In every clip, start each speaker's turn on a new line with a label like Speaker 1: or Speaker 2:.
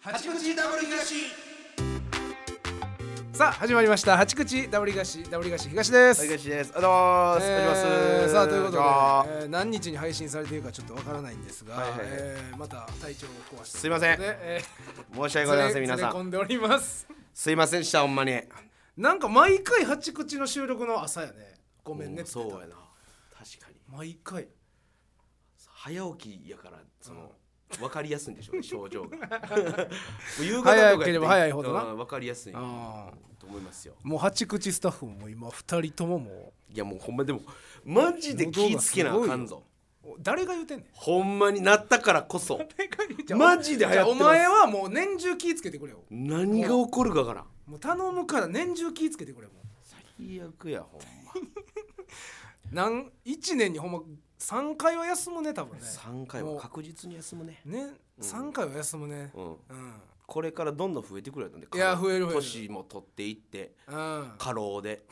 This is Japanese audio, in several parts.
Speaker 1: 八口ダブル東
Speaker 2: さあ始まりました八口ダブリガシダブリガシ東です。
Speaker 3: 大東です。おはようございます。おはようござい
Speaker 2: え
Speaker 3: ま
Speaker 2: ー
Speaker 3: す。
Speaker 2: さあということで、
Speaker 3: あ
Speaker 2: えー何日に配信されているかちょっとわからないんですが、
Speaker 3: はいはいはい
Speaker 2: えーまた体調を壊して
Speaker 3: すいません
Speaker 2: とうことでえ
Speaker 3: ー申
Speaker 2: ー
Speaker 3: し訳ございま
Speaker 2: ず
Speaker 3: せん
Speaker 2: れ
Speaker 3: 皆さ
Speaker 2: ずれ込
Speaker 3: ん。
Speaker 2: んでおります。
Speaker 3: すいませんでしたほんまに。
Speaker 2: なんか毎回八口の収録の朝やね。ごめんねって
Speaker 3: そ
Speaker 2: 言
Speaker 3: う
Speaker 2: って
Speaker 3: や
Speaker 2: た。
Speaker 3: な。確かに
Speaker 2: 毎回
Speaker 3: 早起きやからその。わかりやすいんでしょ うね症状がもう夕方とかや
Speaker 2: 早
Speaker 3: って
Speaker 2: ければ早いほどな
Speaker 3: うんわかりやすいと
Speaker 2: あ
Speaker 3: 思いますよ
Speaker 2: もう八口スタッフも今二人ともも
Speaker 3: いやもうほんまでもマジで気ぃつけなあかんぞ
Speaker 2: うお誰が言うてんねん。
Speaker 3: ほんまになったから こそ
Speaker 2: じゃあ
Speaker 3: マジで流行ってます
Speaker 2: じゃあお前はもう年中気ぃつけてくれよ。
Speaker 3: 何が起こるかわからん
Speaker 2: もう頼むから年中気ぃつけてくれもう。
Speaker 3: 最悪やほんま
Speaker 2: なん1年にほんま3回は休むね多分ね
Speaker 3: 3回は確実に休むね
Speaker 2: ね3回は休むね
Speaker 3: うん
Speaker 2: うん
Speaker 3: これからどんどん増えてくるやつなんで
Speaker 2: いや増える増える
Speaker 3: 年も取っていって
Speaker 2: うん
Speaker 3: 過労で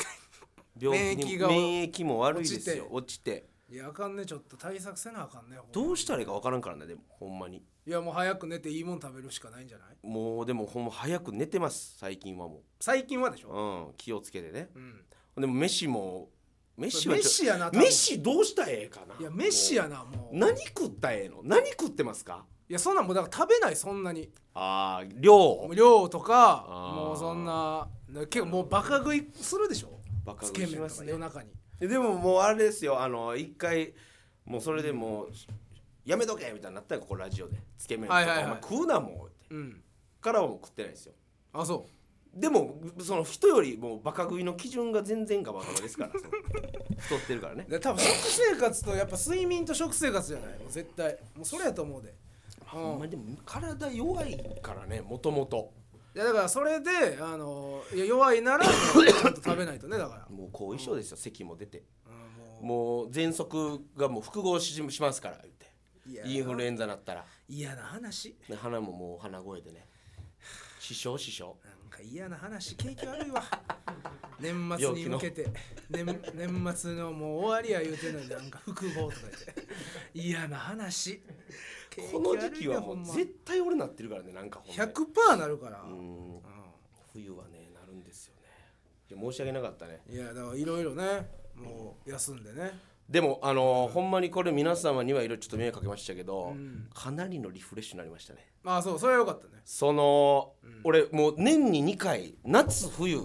Speaker 3: 病気
Speaker 2: 免
Speaker 3: に
Speaker 2: 疫が
Speaker 3: 免疫も悪いですよ落ちて
Speaker 2: いやあかんねちょっと対策せなあかんねほんま
Speaker 3: どうしたらいいか分からんからねでもほんまに
Speaker 2: いやもう早く寝ていいもん食べるしかないんじゃない
Speaker 3: もうでもほんま早く寝てます最近はも
Speaker 2: 最近はでし
Speaker 3: う、
Speaker 2: ょ
Speaker 3: うん、気をつけてね
Speaker 2: うん
Speaker 3: でも飯も飯はちょ
Speaker 2: 飯やな多分
Speaker 3: 飯どうしたらええかないい
Speaker 2: や飯やなもう
Speaker 3: 何食ったらええの何食ってますか
Speaker 2: いやそんなんもうだから食べないそんなに
Speaker 3: ああ量
Speaker 2: もう量とか
Speaker 3: あー
Speaker 2: もうそんな結構もうバカ食いするでしょ
Speaker 3: バカ
Speaker 2: つ
Speaker 3: 食
Speaker 2: け
Speaker 3: い
Speaker 2: 麺
Speaker 3: し
Speaker 2: と
Speaker 3: ま
Speaker 2: か
Speaker 3: すね
Speaker 2: 夜中に
Speaker 3: えでももうあれですよあの一回もうそれでもう、やめとけみたいになったよここラジオでつけ麺とか、
Speaker 2: はいはいはい
Speaker 3: お前食うなもうって
Speaker 2: うん
Speaker 3: からはもう食ってないですよ
Speaker 2: あそ
Speaker 3: でもその人よりもうバカ食いの基準が全然ガバガバで すからその太ってるからね
Speaker 2: うで多分食生活とやっぱ睡眠と食生活じゃないもう絶対もうそれやと思うで
Speaker 3: ほんまにでも体弱いからねもともと
Speaker 2: いやだからそれであのいや弱いならちゃんと食べないとねだから、
Speaker 3: もう後遺症ですよ、咳も出て
Speaker 2: うんも
Speaker 3: もう喘息がもう複合ししますから言って
Speaker 2: ういや
Speaker 3: インフルエンザなったら
Speaker 2: 嫌な話
Speaker 3: で鼻ももう鼻声でね死傷死傷
Speaker 2: なんか嫌な話景気悪いわ年末に向けて年年末のもう終わりや言うてんのになんか複合とか言って嫌な話景気
Speaker 3: この時期はも
Speaker 2: 悪いわほん
Speaker 3: う
Speaker 2: ま
Speaker 3: 絶対俺なってるからねなんかほんまに
Speaker 2: 100%なるから、
Speaker 3: う
Speaker 2: うん
Speaker 3: ん冬はねなるんですよねいや申し訳なかったね
Speaker 2: いやだからいろいろねもう休んでね
Speaker 3: でもあのーほんまにこれ皆様にはいろいろちょっと迷惑かけましたけど、
Speaker 2: うん
Speaker 3: かなりのリフレッシュになりましたね
Speaker 2: まあそうそれはよかったね
Speaker 3: その、俺もう年に2回夏冬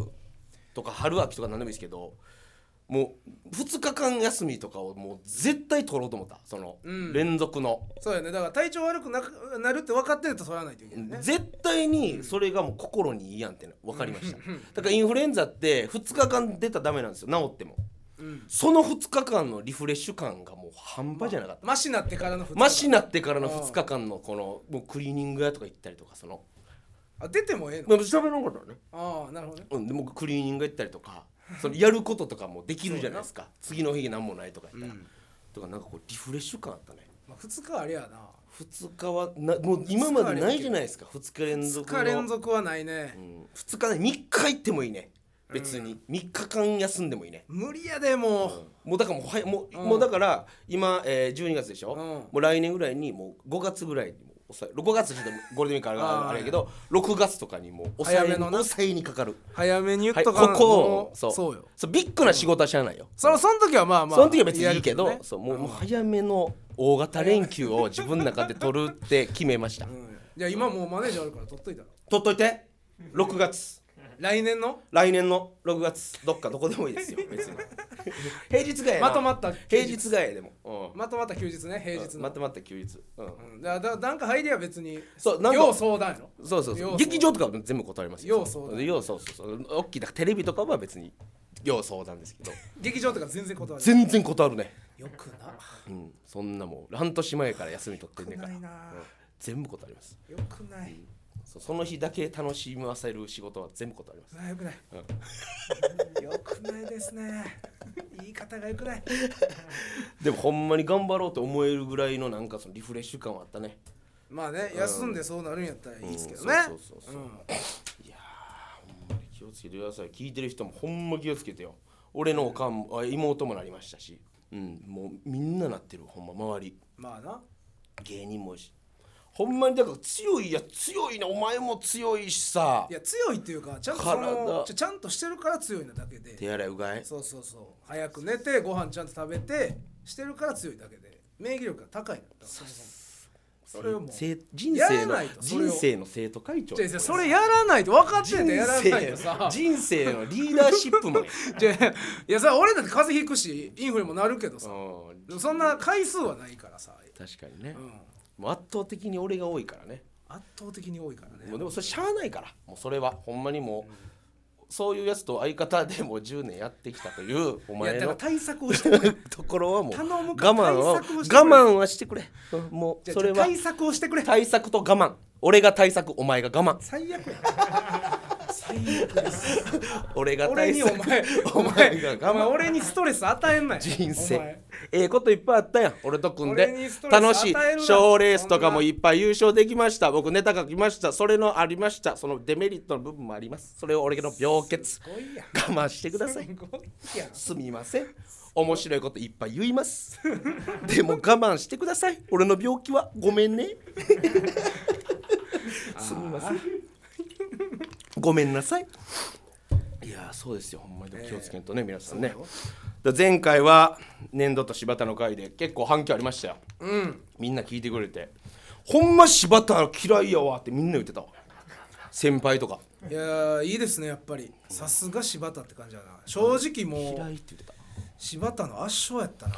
Speaker 3: とか春秋とか何でもいいですけどもう2日間休みとかをもう絶対取ろうと思ったその、
Speaker 2: うん
Speaker 3: 連続の、
Speaker 2: そうやねだから体調悪くなくなるって分かってるとそらないといけないね
Speaker 3: 絶対にそれがもう心にいいやんっての分かりましただからインフルエンザって2日間出たらダメなんですよ治っても
Speaker 2: うん
Speaker 3: その2日間のリフレッシュ感がもう半端じゃなかった
Speaker 2: マシなってからの2日間
Speaker 3: マシになってからの2日間のこのもうクリーニング屋とか行ったりとかその
Speaker 2: あ出てもええの
Speaker 3: まあ喋らなかったね
Speaker 2: ああなるほどね
Speaker 3: うんでもクリーニング屋行ったりとかそのやることとかもできるじゃないですか次の日何もないとか言ったら、
Speaker 2: うん
Speaker 3: とかなんかこうリフレッシュ感あったね
Speaker 2: まあ、2日はあれやな
Speaker 3: 2日はなもう今までないじゃないですか2日連
Speaker 2: 2
Speaker 3: 続の
Speaker 2: 日連続はないね、
Speaker 3: うん、2日ね3日行ってもいいね別に、三3日間休んでもいいね
Speaker 2: 無理やでも
Speaker 3: もうだからもうはやもう,、
Speaker 2: うん
Speaker 3: もうだから今、えー、12月でしょ、
Speaker 2: うん
Speaker 3: もう来年ぐらいにもう5月ぐらいにもう抑え5月ちょっとゴールデンウィークある
Speaker 2: あー
Speaker 3: あれやけど6月とかにもう抑え
Speaker 2: 早めのな
Speaker 3: 抑えにかかる、
Speaker 2: う早めに言っ
Speaker 3: はい、
Speaker 2: と
Speaker 3: こ
Speaker 2: かな
Speaker 3: こ
Speaker 2: も
Speaker 3: をそう
Speaker 2: そうよ
Speaker 3: そうビッグな仕事はしゃあないよ、
Speaker 2: そのその時はまあまあ
Speaker 3: その時は別にいいけど、
Speaker 2: やる
Speaker 3: そうもうもう早めの大型連休を自分の中で取るって決めました、
Speaker 2: うんいや今もうマネージャーあるから取っといたら
Speaker 3: 取っといて6月
Speaker 2: 来年の
Speaker 3: 来年の6月どっかどこでもいい ですよ別に平日がええな
Speaker 2: まとまった休
Speaker 3: 平
Speaker 2: 日
Speaker 3: 日がええでも、うん
Speaker 2: まとまった休日ね平日の、
Speaker 3: まとまった休日、うん
Speaker 2: うん、だからだなんか入りは別に
Speaker 3: そうなんか
Speaker 2: 要相談やろ
Speaker 3: そうそう
Speaker 2: 要相
Speaker 3: そう劇場とかも全部断りますよ
Speaker 2: 要相談
Speaker 3: 要そうそうそう大きいだからテレビとかは別に要相談ですけど
Speaker 2: 劇場とか全然断る
Speaker 3: 全然断るね
Speaker 2: よくな
Speaker 3: うんそんなもう半年前から休み取ってんね
Speaker 2: よ
Speaker 3: ん
Speaker 2: く
Speaker 3: から
Speaker 2: ないな
Speaker 3: うん全部断ります
Speaker 2: よくない
Speaker 3: そうその日だけ楽しませる仕事は全部断ります
Speaker 2: それはよくない、 よくないですね言い方がよくない
Speaker 3: でもほんまに頑張ろうと思えるぐらいのなんかそのリフレッシュ感はあったね
Speaker 2: まあね休んでそうなるんやったらいいですけどね
Speaker 3: うんそうそうそうそう
Speaker 2: うん
Speaker 3: いやーほんまに気をつけてください聞いてる人もほんま気をつけてよ俺のおかんもあ妹もなりましたしうんもうみんななってるほんま周り
Speaker 2: まあな
Speaker 3: 芸人も多いしほんまにだから強いや強いなお前も強いしさ
Speaker 2: いや強いっていうかちゃんとその
Speaker 3: 体
Speaker 2: ちゃちゃんとしてるから強いなだけで
Speaker 3: 手洗いうがい
Speaker 2: そうそうそう早く寝てご飯ちゃんと食べてしてるから強いだけで免疫力が高いんだからそれをもう
Speaker 3: せ人
Speaker 2: や
Speaker 3: 生
Speaker 2: ら
Speaker 3: の
Speaker 2: ないとそれを
Speaker 3: 人生の生徒会長
Speaker 2: じゃあそれやらないと分かってんねんやらないとさ
Speaker 3: 人生人生のリーダーシップもね
Speaker 2: じゃあいやさ俺だって風邪ひくしインフルもなるけど
Speaker 3: う
Speaker 2: さ
Speaker 3: ん
Speaker 2: でもそんな回数はないからさ、
Speaker 3: 確かにね
Speaker 2: う、ん、
Speaker 3: もう圧倒的に俺が多いからね
Speaker 2: 圧倒的に多いからね
Speaker 3: もうでもそれしゃあないからもうそれはほんまにもう、そういうやつと相方でもう10年やってきたという
Speaker 2: い
Speaker 3: お
Speaker 2: や
Speaker 3: 前
Speaker 2: だから
Speaker 3: の
Speaker 2: 対策を してくれ
Speaker 3: ところはもう我
Speaker 2: 頼むから
Speaker 3: 慢は我
Speaker 2: 対策をしてくれ
Speaker 3: 慢はしてくれうんもう
Speaker 2: じゃあ
Speaker 3: それ
Speaker 2: じゃあ
Speaker 3: は
Speaker 2: 対策をしてくれ
Speaker 3: 対策と我慢俺が対策お前が我慢
Speaker 2: 最悪や 最悪です
Speaker 3: 俺が
Speaker 2: 俺
Speaker 3: 対
Speaker 2: に
Speaker 3: 策
Speaker 2: お前
Speaker 3: お
Speaker 2: お前
Speaker 3: 前が
Speaker 2: お前
Speaker 3: 我慢
Speaker 2: 俺にストレス与えんなよ
Speaker 3: 人
Speaker 2: お
Speaker 3: 生
Speaker 2: 前
Speaker 3: ええこといっぱいあったやん俺と組ん
Speaker 2: 俺
Speaker 3: で
Speaker 2: にストレス
Speaker 3: 楽しい
Speaker 2: 与えるな
Speaker 3: 賞レースとかもいっぱい優勝できました僕ネタ書きましたそれのありましたそのデメリットの部分もありますそれを俺の病欠
Speaker 2: すごいやん
Speaker 3: 我慢してください
Speaker 2: すごいやん
Speaker 3: すみません面白いこといっぱい言いますでも我慢してください俺の病気はごめんねすみませんごめんなさいいやーそうですよほんまにでも気をつけんとね、皆さんねだから前回は年度と柴田の回で結構反響ありましたよ、みんな聞いてくれてほんま柴田嫌いやわってみんな言ってたわ先輩とか
Speaker 2: いやーいいですねやっぱりさすが柴田って感じだな正直も
Speaker 3: 嫌
Speaker 2: う
Speaker 3: いって言ってた
Speaker 2: 柴田の圧勝やったな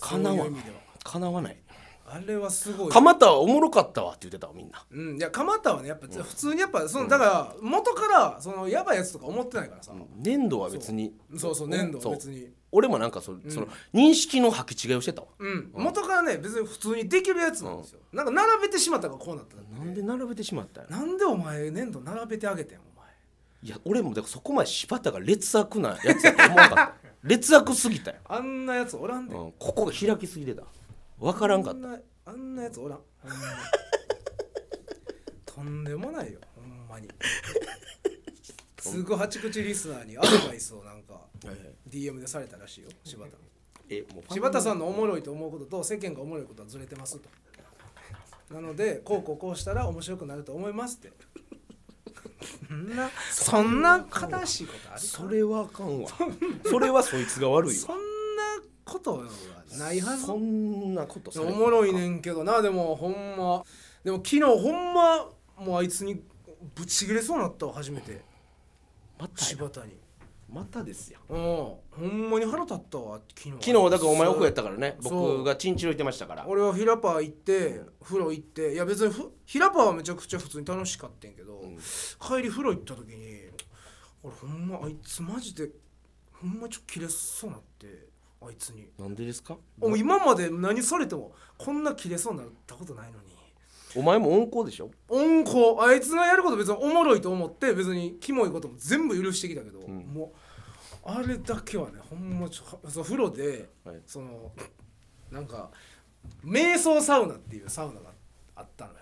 Speaker 3: かな
Speaker 2: そう
Speaker 3: わ
Speaker 2: いう意味では
Speaker 3: かなわない
Speaker 2: あれはすごい
Speaker 3: 蒲田はおもろかったわって言ってたわみんな
Speaker 2: うん、いや蒲田はねやっぱ普通にやっぱそのだから元からそのやばいやつとか思ってないからさ、
Speaker 3: 粘土は別に
Speaker 2: そうそう粘土は
Speaker 3: そう
Speaker 2: 別に
Speaker 3: 俺もなんかそ,、その認識の履き違いをしてたわ
Speaker 2: うん、元からね別に普通にできるやつなんですよ、なんか並べてしまったからこうなったんだ
Speaker 3: なんで並べてしまったんやろ
Speaker 2: なんでお前粘土並べてあげてんお前
Speaker 3: いや俺もだからそこまで柴田が劣悪なやつだと思わなかった 劣悪すぎたよ、
Speaker 2: あんなやつおらん
Speaker 3: う
Speaker 2: で、
Speaker 3: ん、ここが開きすぎてた分からんか
Speaker 2: あ
Speaker 3: っ
Speaker 2: ん
Speaker 3: た
Speaker 2: なあんなやつおらんほんまにとんでもないよほんまにすぐ八口リスナーにアドバイスをなんか DM でされたらしいよ柴田
Speaker 3: えもう
Speaker 2: 柴田さんのおもろいと思うことと世間がおもろいことはずれてますとなのでこうこうこうしたら面白くなると思いますってそんなそんな悲しいことある
Speaker 3: それはあかんわそれはそいつが悪い
Speaker 2: そ
Speaker 3: わ
Speaker 2: んなことはないはず
Speaker 3: そんなことされ
Speaker 2: お
Speaker 3: たら
Speaker 2: もろいねんけどなでもほんまでも昨日ほんまもうあいつにぶち切れそうになったわ初めて
Speaker 3: またや
Speaker 2: 柴田に
Speaker 3: またですよ
Speaker 2: うんほんまに腹立ったわ昨日
Speaker 3: 昨日だからお前オフやったからね
Speaker 2: そう
Speaker 3: 僕がチンチロ行ってましたから
Speaker 2: 俺はヒラパー行って風呂行っていや別にふヒラパーはめちゃくちゃ普通に楽しかったんやけど、帰り風呂行った時に俺ほんまあいつマジでほんまちょっと切れそうなってあいつに
Speaker 3: なんでですか
Speaker 2: お前今まで何されてもこんな切れそうになったことないのに
Speaker 3: お前も温厚でしょ
Speaker 2: 温厚あいつがやること別におもろいと思って別にキモいことも全部許してきたけど、もうあれだけはねほんまちょそう風呂で、
Speaker 3: はい
Speaker 2: そのなんか瞑想サウナっていうサウナがあったのよ、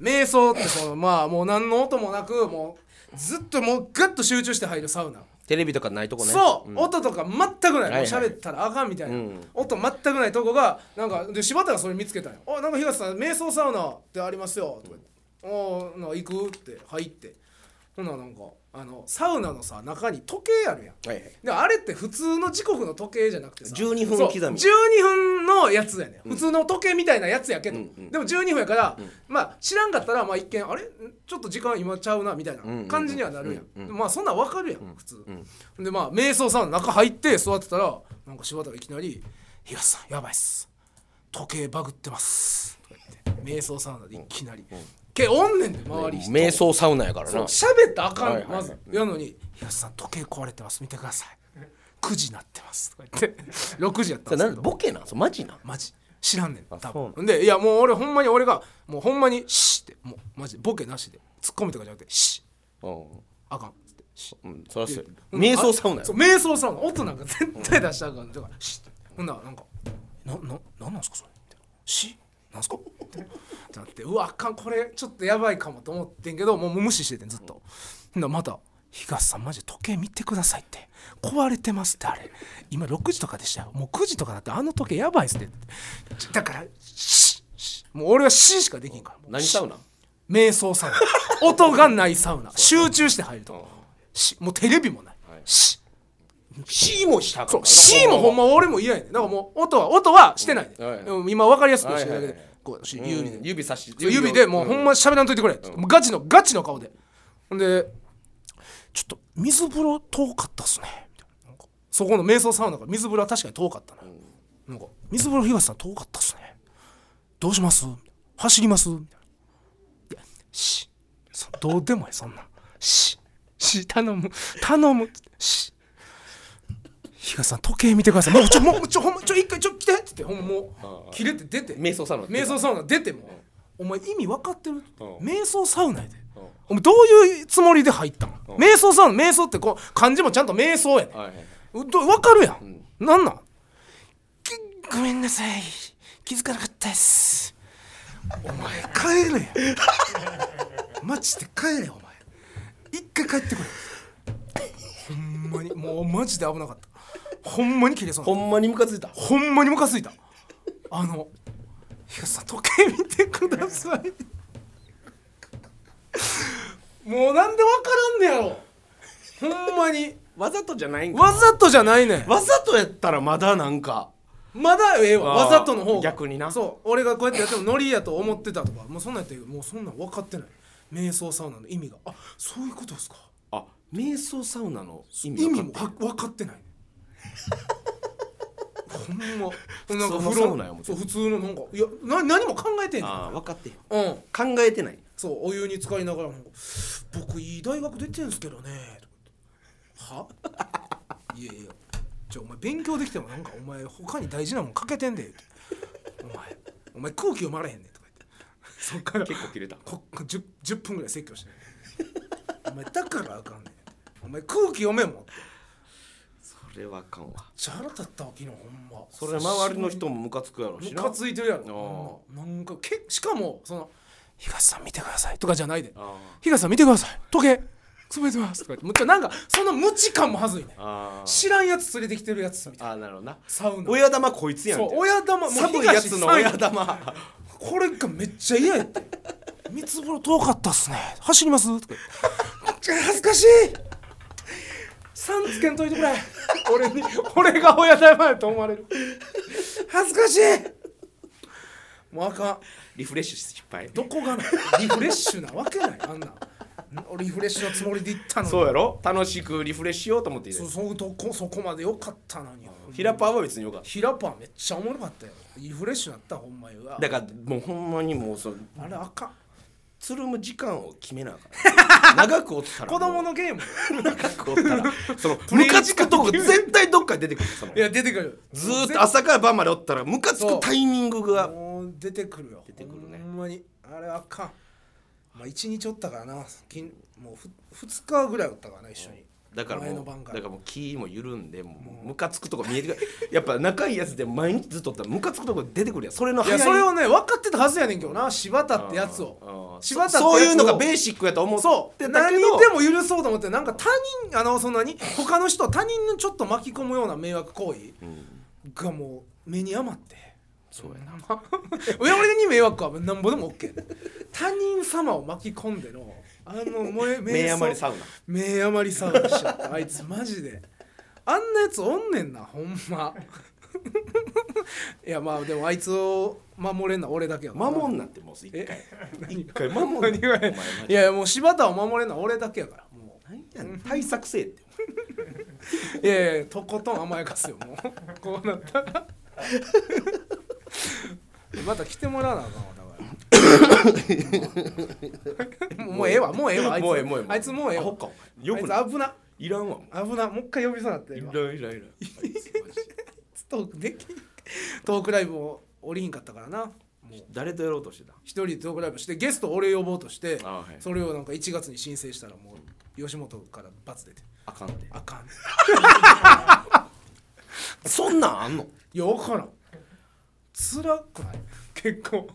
Speaker 2: 瞑想ってそのまあもう何の音もなくもうずっともうガッと集中して入るサウナ、
Speaker 3: テレビとかないとこね
Speaker 2: そう、
Speaker 3: ん
Speaker 2: 音とか全くない、
Speaker 3: はいはい
Speaker 2: もう喋ったらあかんみたいな、
Speaker 3: うん
Speaker 2: 音全くないとこがなんかで柴田がそれ見つけたんよ「おなんか東さん瞑想サウナってありますよ」とか言って「おーなんか行く?」って入ってほんならなんかあのサウナのさ中に時計あるやん
Speaker 3: はいはい
Speaker 2: であれって普通の時刻の時計じゃなくてさ
Speaker 3: 12分
Speaker 2: そう
Speaker 3: 刻み
Speaker 2: 12分のやつやね、ん、普通の時計みたいなやつやけど、
Speaker 3: うんうん
Speaker 2: でも12分やから、まあ知らんかったらまあ一見あれんちょっと時間今ちゃうなみたいな感じにはなるやん,、
Speaker 3: うんうんうん
Speaker 2: まあそんなんわかるやん、普通、でまあ瞑想さんの中入って座ってたらなんか柴田がいきなり「東さんやばいっす時計バグってます」とか言って瞑想サウナでいきなり、けおんねんで周り人
Speaker 3: 瞑想サウナやから
Speaker 2: そう
Speaker 3: な
Speaker 2: 喋ったらあかん、
Speaker 3: はいはいはい
Speaker 2: まずやのに「東さん時計壊れてます見てください」「9時になってます」とか言って6時や った
Speaker 3: そ
Speaker 2: んです
Speaker 3: れな
Speaker 2: け
Speaker 3: ん
Speaker 2: ど
Speaker 3: ボケなんそれマジなん
Speaker 2: マジ知らんねん
Speaker 3: あ
Speaker 2: 多
Speaker 3: そう
Speaker 2: 分でいやもう俺ほんまに俺がもうほんまに「シッ」ってもうマジでボケなしでツッコミとかじゃなくて「シッ
Speaker 3: う
Speaker 2: あかん」っつって「シッ
Speaker 3: ん、うん、そらそうや
Speaker 2: うん
Speaker 3: 瞑想サウナ
Speaker 2: あ
Speaker 3: や
Speaker 2: そう瞑想サウナ音なんか絶対出したらあかんだから「シッ」ほんならなんか「なななんなんすかそれ」みたいな「シッ」なんすかってなってうわあかんこれちょっとやばいかもと思ってんけどもうもう無視しててんずっと、ほんならまた「東さんマジで時計見てください」って「壊れてます」ってあれ今6時とかでしたよもう9時とかだってあの時計やばいっすねってだから「シッシッもう俺は C しかできんから
Speaker 3: 何サウナ
Speaker 2: 瞑想サウナ 音がないサウ ナ集中して入るとしもうテレビもない、
Speaker 3: はい
Speaker 2: し
Speaker 3: C もしたか
Speaker 2: そ
Speaker 3: ら
Speaker 2: う
Speaker 3: な
Speaker 2: C もほんま俺も嫌やねんだからもう音は音はしてないね、
Speaker 3: うんはい
Speaker 2: でも今分かりやすくしてるだけで、
Speaker 3: はいはいはい
Speaker 2: こうし
Speaker 3: うん
Speaker 2: 指で、
Speaker 3: 指差し
Speaker 2: そう指でもうほんま喋らんといてくれ、もうガチのガチの顔でほんでちょっと水風呂遠かったっすねみたいななんかそこの瞑想サウナから水風呂は確かに遠かったな、なんか水風呂東さん遠かったっすねどうします走りますみたいないやしそどうでもいいそんなしし頼む頼むし東さん時計見てくださいもうちょもうちょほんまちょ一回ちょ来てっつってほんまもう切れて出て
Speaker 3: 瞑想サウナ
Speaker 2: 瞑想サウナ出ても、お前意味分かってる、
Speaker 3: うん
Speaker 2: 瞑想サウナやで、
Speaker 3: うん
Speaker 2: お前どういうつもりで入ったの、
Speaker 3: ん
Speaker 2: 瞑想サウナ瞑想ってこう漢字もちゃんと瞑想やね、
Speaker 3: はいはいう
Speaker 2: ど分かるやん、なんなんきごめんなさい気づかなかったですお前帰れ やマジで帰れよお前一回帰ってこいほんまにもうマジで危なかったほんまに切れそうになった
Speaker 3: ほんまにムカついた
Speaker 2: ほんまにムカついたあの東さん時計見てくださいもうなんで分からんねやろほんまに
Speaker 3: わざとじゃないんか
Speaker 2: わざとじゃないねん
Speaker 3: わざとやったらまだなんか
Speaker 2: まだええわ
Speaker 3: あー
Speaker 2: わざとの方が
Speaker 3: 逆にな
Speaker 2: そう俺がこうやってやってもノリやと思ってたとかもうそんなんやったらもうそんなん分かってない瞑想サウナの意味があそういうことですか
Speaker 3: あ瞑想サウナの意味
Speaker 2: 意味
Speaker 3: 分
Speaker 2: も
Speaker 3: かっ
Speaker 2: は分か ってないほんま
Speaker 3: 通
Speaker 2: なんか
Speaker 3: の
Speaker 2: 風
Speaker 3: サウナや
Speaker 2: 呂
Speaker 3: 思って
Speaker 2: そう普通のなんかいやな何も考えて
Speaker 3: て
Speaker 2: んねん
Speaker 3: あ分かってへん
Speaker 2: うん
Speaker 3: 考えてない
Speaker 2: そうお湯に浸かりながらも「僕いい大学出てんすけどね」は いやいやじゃあお前勉強できてもなんかお前他に大事なもん欠けてんで」お前お前空気読まれへんね」とか言ってそっから
Speaker 3: 結構切れた
Speaker 2: こ 10, 10分ぐらい説教して「お前だからあかんねん」お前空気読めんもん」
Speaker 3: それはあかんわ
Speaker 2: じゃらだったわ昨日ほんま
Speaker 3: それ周りの人もムカつくやろし
Speaker 2: ム
Speaker 3: な
Speaker 2: カついてるやろ
Speaker 3: あ
Speaker 2: ほんまなんかけしかもその「東さん見てください」とかじゃないで
Speaker 3: あ
Speaker 2: 東さん見てください時計潰れてますとか言ってむっちゃなんかその無知感もはずいね
Speaker 3: あー
Speaker 2: 知らんやつ連れてきてるやつみたい
Speaker 3: あーなるほどな
Speaker 2: なサウナ
Speaker 3: 親玉こいつやん
Speaker 2: そう
Speaker 3: て
Speaker 2: 親玉もう
Speaker 3: 寒いやつの親
Speaker 2: 東さん
Speaker 3: 玉
Speaker 2: これがめっちゃ嫌やって三つ風呂遠かったっすね走りますとか言って恥ずかしいさんつけんといてくれ俺に俺が親玉やと思われる恥ずかしいもうあかん
Speaker 3: リフレッシュ失敗
Speaker 2: どこがなリフレッシュなわけないあんなん俺リフレッシュのつもりで行ったのに
Speaker 3: そうやろ楽しくリフレッシュしようと思っている
Speaker 2: そそとこそこまで良かったのに
Speaker 3: 平パーは別によかった
Speaker 2: ヒラパーめっちゃおもろかったよリフレッシュなったほんまにうわ
Speaker 3: だからもうほんまにもうその
Speaker 2: あれあかん
Speaker 3: つるむ時間を決めなあ かん長くおったら
Speaker 2: 子供
Speaker 3: の
Speaker 2: のゲーム
Speaker 3: 長くおったら そ の
Speaker 2: レイ
Speaker 3: ムカつくとこ絶対どっかに出てくるその
Speaker 2: いや出てくる
Speaker 3: ずーっと朝から晩までおったらムカつくタイミングが
Speaker 2: もう出てくるよ出
Speaker 3: てくるね
Speaker 2: ほんまにあれあかんまあ一日おったからなきんもうふ二日ぐらいおったからな一緒に
Speaker 3: だから
Speaker 2: 前
Speaker 3: も
Speaker 2: の
Speaker 3: う
Speaker 2: 晩か
Speaker 3: だ
Speaker 2: ら
Speaker 3: からもう気も緩んでもうムカつくとこ見えてくるやっぱ仲いいやつでも毎日ずっとおったらムカつくとこ出てくるやんそれの
Speaker 2: い
Speaker 3: 早
Speaker 2: や
Speaker 3: い
Speaker 2: それをね分かってたはずやねんけどな柴田ってやつを
Speaker 3: うん
Speaker 2: 柴田ってやつを
Speaker 3: そういうのがベーシックやと思
Speaker 2: そ
Speaker 3: っ
Speaker 2: う
Speaker 3: てた
Speaker 2: 何
Speaker 3: け
Speaker 2: で
Speaker 3: ど
Speaker 2: も許そうと思ってなんか他人あのそんなに他の人他人のちょっと巻き込むような迷惑行為がもう目に余って
Speaker 3: そうやな
Speaker 2: 親俺に迷惑はなんぼでも OK 他人様を巻き込んでのあの 燃え
Speaker 3: 目余りサ
Speaker 2: ウ
Speaker 3: ウナ
Speaker 2: 目余りサウナしちゃったあいつマジであんなやつおんねんなほんまいやまあでもあいつを守れんのは俺だけやから
Speaker 3: 守んなってもう一回
Speaker 2: え
Speaker 3: 一回守んな
Speaker 2: 何がや
Speaker 3: お前マ
Speaker 2: い
Speaker 3: ジ
Speaker 2: やいやもう柴田を守れんのは俺だけやからもう
Speaker 3: 何やねん対策せえって
Speaker 2: いやいやとことん甘やかすよもう こうなったらまた来てもらわなあかんわだからもうもうええわもうええわあいつ
Speaker 3: もうええもうええ
Speaker 2: あいつもうええ
Speaker 3: ア
Speaker 2: わ
Speaker 3: ホかお前よくな
Speaker 2: あ
Speaker 3: い
Speaker 2: いつ危ない
Speaker 3: らんわも
Speaker 2: 危なもう一回呼びそうになって
Speaker 3: うい
Speaker 2: 今
Speaker 3: らんいらんいらんあいつマジで
Speaker 2: トークできんトークライブも降りひんかったからなもう
Speaker 3: 誰とやろうとしてた
Speaker 2: 一人でトークライブしてゲスト俺呼ぼうとして
Speaker 3: あはい
Speaker 2: それをなんか1月に申請したらもう吉本から罰出て
Speaker 3: あかんって
Speaker 2: あかん
Speaker 3: そんなんあんの
Speaker 2: いや分からん辛くない結構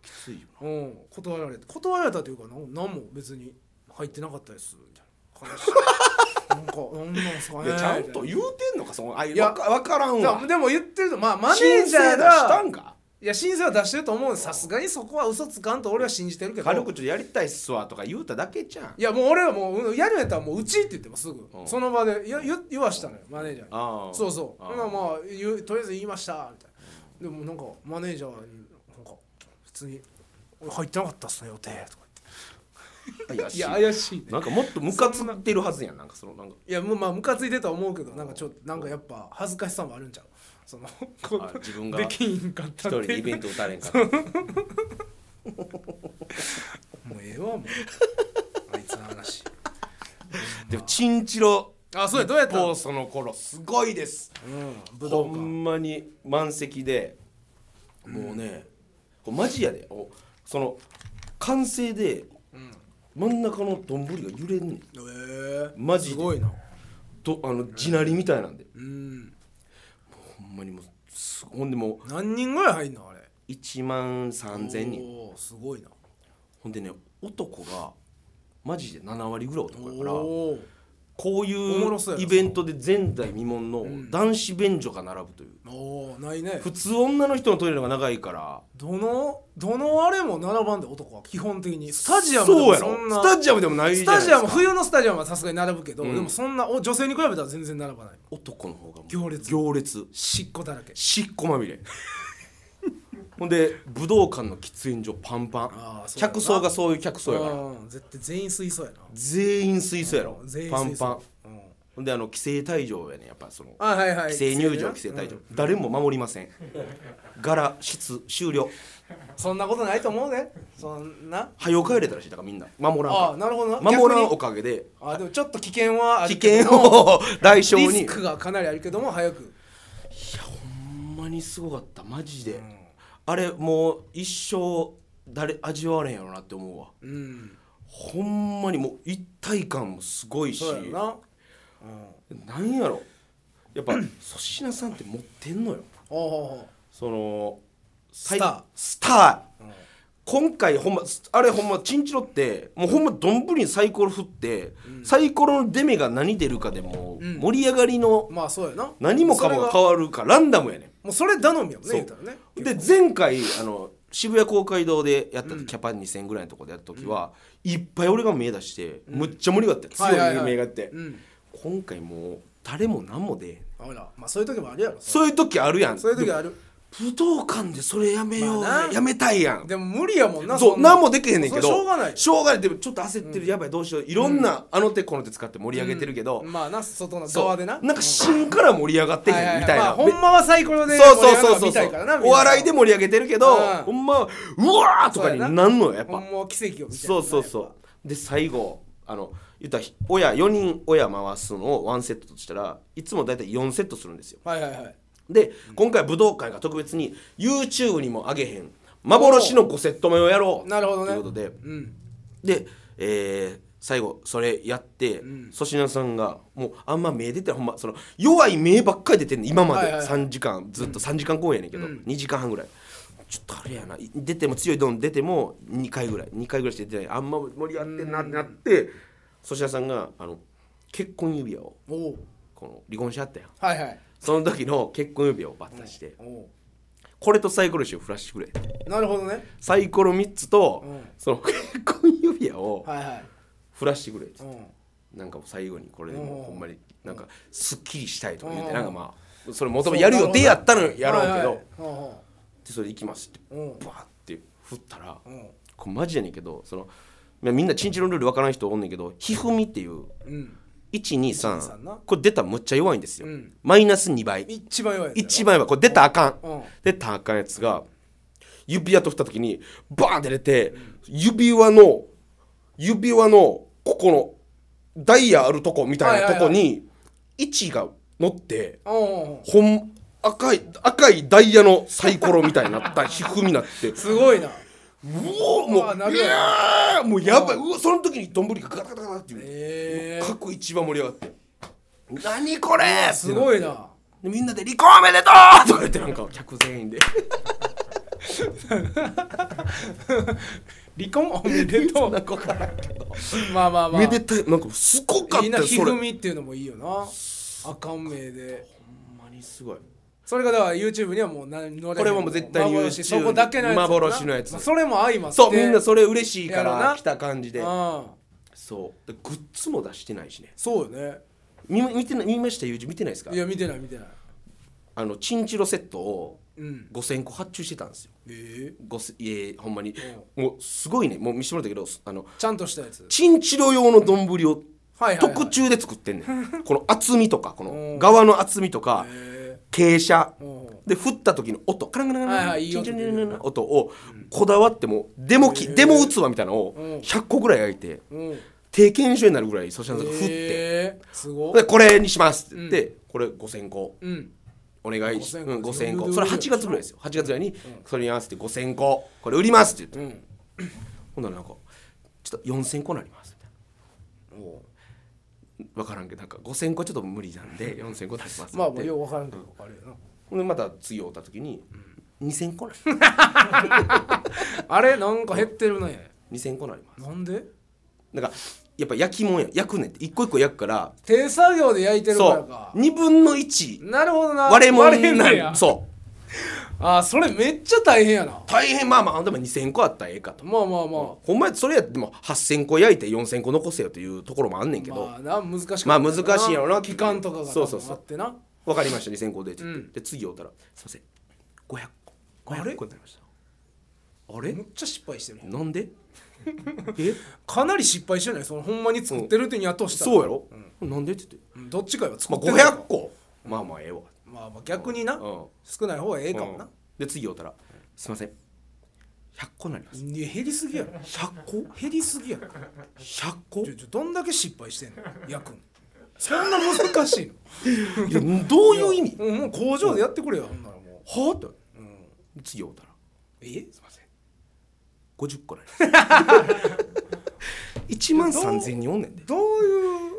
Speaker 3: きついよ
Speaker 2: うん断られて断られたというかなん何も別に入ってなかったですみたいな話なんかなんなんすか
Speaker 3: い
Speaker 2: ね
Speaker 3: やちゃんと
Speaker 2: み
Speaker 3: 言うてんのかそのあい
Speaker 2: や
Speaker 3: やわかわからん
Speaker 2: たいな
Speaker 3: わ
Speaker 2: でもでも言ってるとまあマ
Speaker 3: マネ
Speaker 2: ネー
Speaker 3: ー
Speaker 2: ジ
Speaker 3: ジャ
Speaker 2: ャー
Speaker 3: ーがした
Speaker 2: が
Speaker 3: んか
Speaker 2: いや審査は出してると思うんですさすがにそこは嘘つかんと俺は信じてるけど
Speaker 3: 軽くちょっとやりたいっすわとか言うただけじゃん
Speaker 2: いやもう俺はもううんやるんやったらもううちって言ってもすぐ、
Speaker 3: うん
Speaker 2: その場でいや言言わしたのよマネージャーに
Speaker 3: あ
Speaker 2: そうそう
Speaker 3: あー
Speaker 2: まあまあ言うとりあえず言いましたみたいなでもなんかマネージャーになんか普通に「俺入ってなかったっすね予定」とか言
Speaker 3: う怪
Speaker 2: って
Speaker 3: し
Speaker 2: い
Speaker 3: い
Speaker 2: や怪しいね
Speaker 3: なんかもっとムカつってるはずやんなんかそのなんか
Speaker 2: いやもうまあムカついてとは思うけどなんかちょっとなんかやっぱ恥ずかしさもあるんちゃうそのこ
Speaker 3: あ
Speaker 2: う
Speaker 3: 自分が
Speaker 2: できんかった
Speaker 3: 一
Speaker 2: って
Speaker 3: 人でイベント打たれんから
Speaker 2: もうええわもうあいつの話
Speaker 3: でもチンチロ
Speaker 2: あそうやどうやった
Speaker 3: も
Speaker 2: の
Speaker 3: うその頃すごいです
Speaker 2: うん武道
Speaker 3: ほ
Speaker 2: 館
Speaker 3: んまに満席でもうね、これマジやでおその完成で
Speaker 2: うん
Speaker 3: 真ん中の丼が揺れんねん
Speaker 2: ええ
Speaker 3: マジです
Speaker 2: ごいな
Speaker 3: とあの地鳴りみたいなんで
Speaker 2: うん
Speaker 3: ほんまにもうすほんでも
Speaker 2: 何人ぐらい入んのあれ
Speaker 3: う1万3000人
Speaker 2: おーすごいな
Speaker 3: ほんでね男がマジで7割ぐらい男やから
Speaker 2: おお
Speaker 3: こうい
Speaker 2: おも
Speaker 3: う
Speaker 2: ろそうやな
Speaker 3: イベントで前代未聞
Speaker 2: ん
Speaker 3: の男子便所が並ぶという、
Speaker 2: おーないね
Speaker 3: 普通女の人のトイレの方が長いから
Speaker 2: どのどのあれも並ばんで男は基本的にスタジアムで
Speaker 3: そう
Speaker 2: も
Speaker 3: や
Speaker 2: そ
Speaker 3: ろ
Speaker 2: んな
Speaker 3: スタジアムでもないじ
Speaker 2: ス
Speaker 3: ゃな
Speaker 2: タ
Speaker 3: いです
Speaker 2: ジアム
Speaker 3: か
Speaker 2: 冬のスタジアムはさすがに並ぶけど、
Speaker 3: うん
Speaker 2: でもそんなお女性に比べたら全然並ばない
Speaker 3: 男の方がもう
Speaker 2: 行列
Speaker 3: 行列
Speaker 2: しっこだらけ
Speaker 3: しっこま みれほんで武道館の喫煙所パンパン
Speaker 2: あーそうやな
Speaker 3: 客層がそういう客層やから
Speaker 2: うん絶対全員水槽やな
Speaker 3: 全員水素やろ
Speaker 2: 全員
Speaker 3: パン
Speaker 2: 水
Speaker 3: パン
Speaker 2: 槽うん
Speaker 3: ほんであの規制退場やねやっぱその
Speaker 2: あはいはい
Speaker 3: 規制入場規制退
Speaker 2: う
Speaker 3: 場
Speaker 2: ん
Speaker 3: 誰も守りません柄質終了
Speaker 2: そんなことないと思うねそんな
Speaker 3: 早う帰れたらしいだからみんな守らん
Speaker 2: あ
Speaker 3: か
Speaker 2: なるほど
Speaker 3: ら
Speaker 2: な
Speaker 3: 守らん
Speaker 2: 逆
Speaker 3: お
Speaker 2: に
Speaker 3: かげで
Speaker 2: あでもちょっと危険はあ
Speaker 3: 危
Speaker 2: るけ
Speaker 3: 険
Speaker 2: ども
Speaker 3: を代償
Speaker 2: リス
Speaker 3: に
Speaker 2: クがかなりあるけども早く
Speaker 3: ほんまにすごかったマジで、
Speaker 2: ん
Speaker 3: あれもう一生誰味わわれへんやろなって思うわ
Speaker 2: うん
Speaker 3: ほんまにもう一体感もすごいし
Speaker 2: そうやな、うん、
Speaker 3: なんやろやっぱ 粗品さんって持ってんのよ
Speaker 2: おうおうおう
Speaker 3: その
Speaker 2: スター
Speaker 3: スター、今回ほんまあれほんまチンチロってもうほんま丼にサイコロ振って、サイコロの出目が何出るかでもう
Speaker 2: うん
Speaker 3: 盛り上がりの
Speaker 2: まあそうやな
Speaker 3: 何もかもが変わるからランダムやねん
Speaker 2: もうそれ頼みやもんね
Speaker 3: そう
Speaker 2: 言うたらね
Speaker 3: で前回あの渋谷公会堂でやった時、キャパ2000ぐらいのとこでやった時は、いっぱい俺が目出して、むっちゃ盛り上がって強い有名があって、
Speaker 2: うん
Speaker 3: 今回もう誰も何も出えへん
Speaker 2: あらまあそういう時もあるやろそ
Speaker 3: そういう時あるやん
Speaker 2: ういう時ある
Speaker 3: 武道館でそれやめよう、
Speaker 2: まあな
Speaker 3: やめたいやん
Speaker 2: でも無理やもんな
Speaker 3: そう
Speaker 2: な
Speaker 3: 何もできへんねんけ
Speaker 2: そ
Speaker 3: ど
Speaker 2: れしょうがない
Speaker 3: しょうがないでもちょっと焦ってる、やばいどうしよういろんな、あの手この手使って盛り上げてるけど、
Speaker 2: まあな外の
Speaker 3: そう
Speaker 2: 側でな
Speaker 3: なんか芯から盛り上がってへん
Speaker 2: はいはいはい
Speaker 3: みたい
Speaker 2: ま
Speaker 3: な、
Speaker 2: あほんまはサイコロで
Speaker 3: そうそうそうそう
Speaker 2: みたいからなみん
Speaker 3: お
Speaker 2: な
Speaker 3: 笑いで盛り上げてるけど、
Speaker 2: うん
Speaker 3: ほんまはうわーとかになんのよやっ
Speaker 2: ほ
Speaker 3: ぱ
Speaker 2: んまは奇跡を見て
Speaker 3: そうそうそうで最後あの言ったら親4人親回すのを1セットとしたらいつも大体4セットするんですよ
Speaker 2: はいはいはい
Speaker 3: で今回武道会が特別に YouTube にも上げへん幻の5セット目をやろう
Speaker 2: なるほどね
Speaker 3: ということで
Speaker 2: うん
Speaker 3: で、えー最後それやって
Speaker 2: うん
Speaker 3: 粗品、さんがもうあんま目出てほんまその弱い目ばっかり出てんの今ま
Speaker 2: はい
Speaker 3: で
Speaker 2: はいはい
Speaker 3: 3時間、ずっと3時間公演やねんけど、
Speaker 2: うん
Speaker 3: 2時間半ぐらいちょっとあれやない出ても強いドン出ても2回ぐらい2回ぐらいしか出てないあんま盛り上がってんなってなって粗品さんがあの結婚指輪を
Speaker 2: おお
Speaker 3: この離婚しちゃったやん
Speaker 2: はいはい
Speaker 3: その時の結婚指輪をバッタして、
Speaker 2: おお
Speaker 3: これとサイコロ集フラッシュくれ
Speaker 2: なるほどね
Speaker 3: サイコロ3つと、
Speaker 2: うん
Speaker 3: その結婚指輪を
Speaker 2: はいはい
Speaker 3: フラッシュくれって
Speaker 2: う、ん
Speaker 3: なんかもう最後にこれで
Speaker 2: うん
Speaker 3: もうほんまになんかすっきりしたいとか言っ
Speaker 2: う
Speaker 3: て
Speaker 2: ん
Speaker 3: なんかまあそれもともとやる予定やったのやろうけど
Speaker 2: どはいはい
Speaker 3: でそれで行きますって
Speaker 2: うんうん
Speaker 3: バーって振ったら
Speaker 2: うん
Speaker 3: これマジやねんけどそのまあみんなチンチロのルール分からん人おんねんけどひふみっていう
Speaker 2: うん123な
Speaker 3: 123これ出たらむっちゃ弱いんですよ
Speaker 2: うん
Speaker 3: マイナス2倍
Speaker 2: 一番弱いやつやろ
Speaker 3: 一番弱いこれ出たらあかん
Speaker 2: うん
Speaker 3: でたかんやつが指輪と振った時にバーンって出て指輪の指輪のここのダイヤあるとこみたいなとこ
Speaker 2: はいはい
Speaker 3: に位置が乗って
Speaker 2: うんうんうん
Speaker 3: ほん赤い赤いダイヤのサイコロみたいにな ったひふみになって
Speaker 2: すごいな
Speaker 3: うおーも
Speaker 2: あーな
Speaker 3: う
Speaker 2: る
Speaker 3: い
Speaker 2: ほど
Speaker 3: やーもうやばいうわその時にどんぶりがガタガタガタっていう
Speaker 2: え
Speaker 3: 過去一番盛り上がって「何これ!」
Speaker 2: えすご
Speaker 3: い
Speaker 2: いな
Speaker 3: みんなで「離婚おめでとう!」とか言ってなんか客全員で。
Speaker 2: 離婚おめでとうまあまあまあ
Speaker 3: めでたいなんかすごかっ
Speaker 2: いい
Speaker 3: た
Speaker 2: な
Speaker 3: よ
Speaker 2: ひ
Speaker 3: それ
Speaker 2: ふ
Speaker 3: ほん
Speaker 2: みっていうのもいいよなあかん名で
Speaker 3: まにすごい
Speaker 2: それがだから YouTube にはもう何の
Speaker 3: これはもう絶対に
Speaker 2: 幻
Speaker 3: YouTube
Speaker 2: そこだけのやつやな
Speaker 3: 幻のやつ
Speaker 2: まあそれも相まって
Speaker 3: そうみんなそれ嬉しいか
Speaker 2: やろ
Speaker 3: ら
Speaker 2: な
Speaker 3: 来た感じで
Speaker 2: うん
Speaker 3: そうでグッズも出してないしね
Speaker 2: そうよね
Speaker 3: 見見てな見ました YouTube 見てないですか
Speaker 2: いや見てない見てない
Speaker 3: あのチンチロセットを
Speaker 2: うん
Speaker 3: 5000個発注してたんですよ
Speaker 2: ええ
Speaker 3: ごせいえほんまにもうすごいねもう見せてもらったけどあの
Speaker 2: ちゃんとしたやつ
Speaker 3: チンチロ用の丼を
Speaker 2: はいはい、はい、
Speaker 3: 特注で作ってん ねんこの厚みとかこ
Speaker 2: う
Speaker 3: の
Speaker 2: ん
Speaker 3: 側の厚みとか
Speaker 2: え
Speaker 3: 傾斜
Speaker 2: えうん
Speaker 3: で振った時の音カランカランカ
Speaker 2: はい
Speaker 3: ラ
Speaker 2: は
Speaker 3: ン
Speaker 2: いいい
Speaker 3: チン
Speaker 2: 音
Speaker 3: チロンチンチロン音をこだわってもうデモ機デモ器みたいなのを
Speaker 2: うん
Speaker 3: 100個ぐらい焼いて
Speaker 2: うん
Speaker 3: 定検証になるぐらい粗品さんが振って
Speaker 2: ええすご
Speaker 3: で
Speaker 2: い
Speaker 3: これにしますって言ってこれ5000個
Speaker 2: うん
Speaker 3: お願いし
Speaker 2: 5000
Speaker 3: うん
Speaker 2: 個
Speaker 3: 5000
Speaker 2: 余裕
Speaker 3: 個
Speaker 2: で
Speaker 3: それ8月ぐらいですよ8月ぐらいにそれに合わせて5000個これ売りますって言って
Speaker 2: うん
Speaker 3: ほんならなんかちょっと4000個になりますみたいな
Speaker 2: おう
Speaker 3: 分からんけどなんか5000個ちょっと無理なんで4000個出します
Speaker 2: まあ
Speaker 3: っ
Speaker 2: まあ
Speaker 3: て
Speaker 2: よう分からんけどあれやな
Speaker 3: ほんでまた次会った時に2000個な
Speaker 2: あれなんか減ってるね
Speaker 3: 2000個なります
Speaker 2: なんで
Speaker 3: なんかやっぱ焼きもんや焼くねんって一個一個焼くから
Speaker 2: 手作業で焼いてるか
Speaker 3: そ
Speaker 2: ら
Speaker 3: う
Speaker 2: か
Speaker 3: 2分の1
Speaker 2: なるほどな
Speaker 3: 割れも
Speaker 2: 割れ
Speaker 3: ん
Speaker 2: ん
Speaker 3: な
Speaker 2: ね
Speaker 3: る
Speaker 2: や
Speaker 3: そう
Speaker 2: あそれめっちゃ大変やな
Speaker 3: 大変まあまあでも2000個あったらええかと
Speaker 2: まあまあまあ
Speaker 3: ほんまやそれやっても8000個焼いて4000個残せよというところもあんねんけど、
Speaker 2: まあな難しかった
Speaker 3: まあ難しいやろな
Speaker 2: 期間とかが
Speaker 3: そうそうそう
Speaker 2: あってな
Speaker 3: 分かりました2000個でって言って、
Speaker 2: うん
Speaker 3: で次おったらすいません500個
Speaker 2: あれ
Speaker 3: 500個になりましたあれ
Speaker 2: めっちゃ失敗してるね
Speaker 3: な んでえ
Speaker 2: かなり失敗してないそのほんまに作ってる手にやとうしたら
Speaker 3: そうやろ、なんでって言って、
Speaker 2: うんどっちかは作
Speaker 3: ま
Speaker 2: っ
Speaker 3: あ、
Speaker 2: てる
Speaker 3: 500個まあまあええわ
Speaker 2: まあまあ逆にな
Speaker 3: うん
Speaker 2: 少ない方がええかもな
Speaker 3: で次おったらすいません100個になります
Speaker 2: いや減りすぎやろ
Speaker 3: 100個
Speaker 2: 減りすぎやろ
Speaker 3: 100個
Speaker 2: ちょちょどんだけ失敗してんの焼くんそんな難 しいの
Speaker 3: いやどういう意味
Speaker 2: うんもう工場でやってくれよほんならもう
Speaker 3: はあって次おったら
Speaker 2: え
Speaker 3: すいません50個になり ます1万3000人おんねんで
Speaker 2: どういう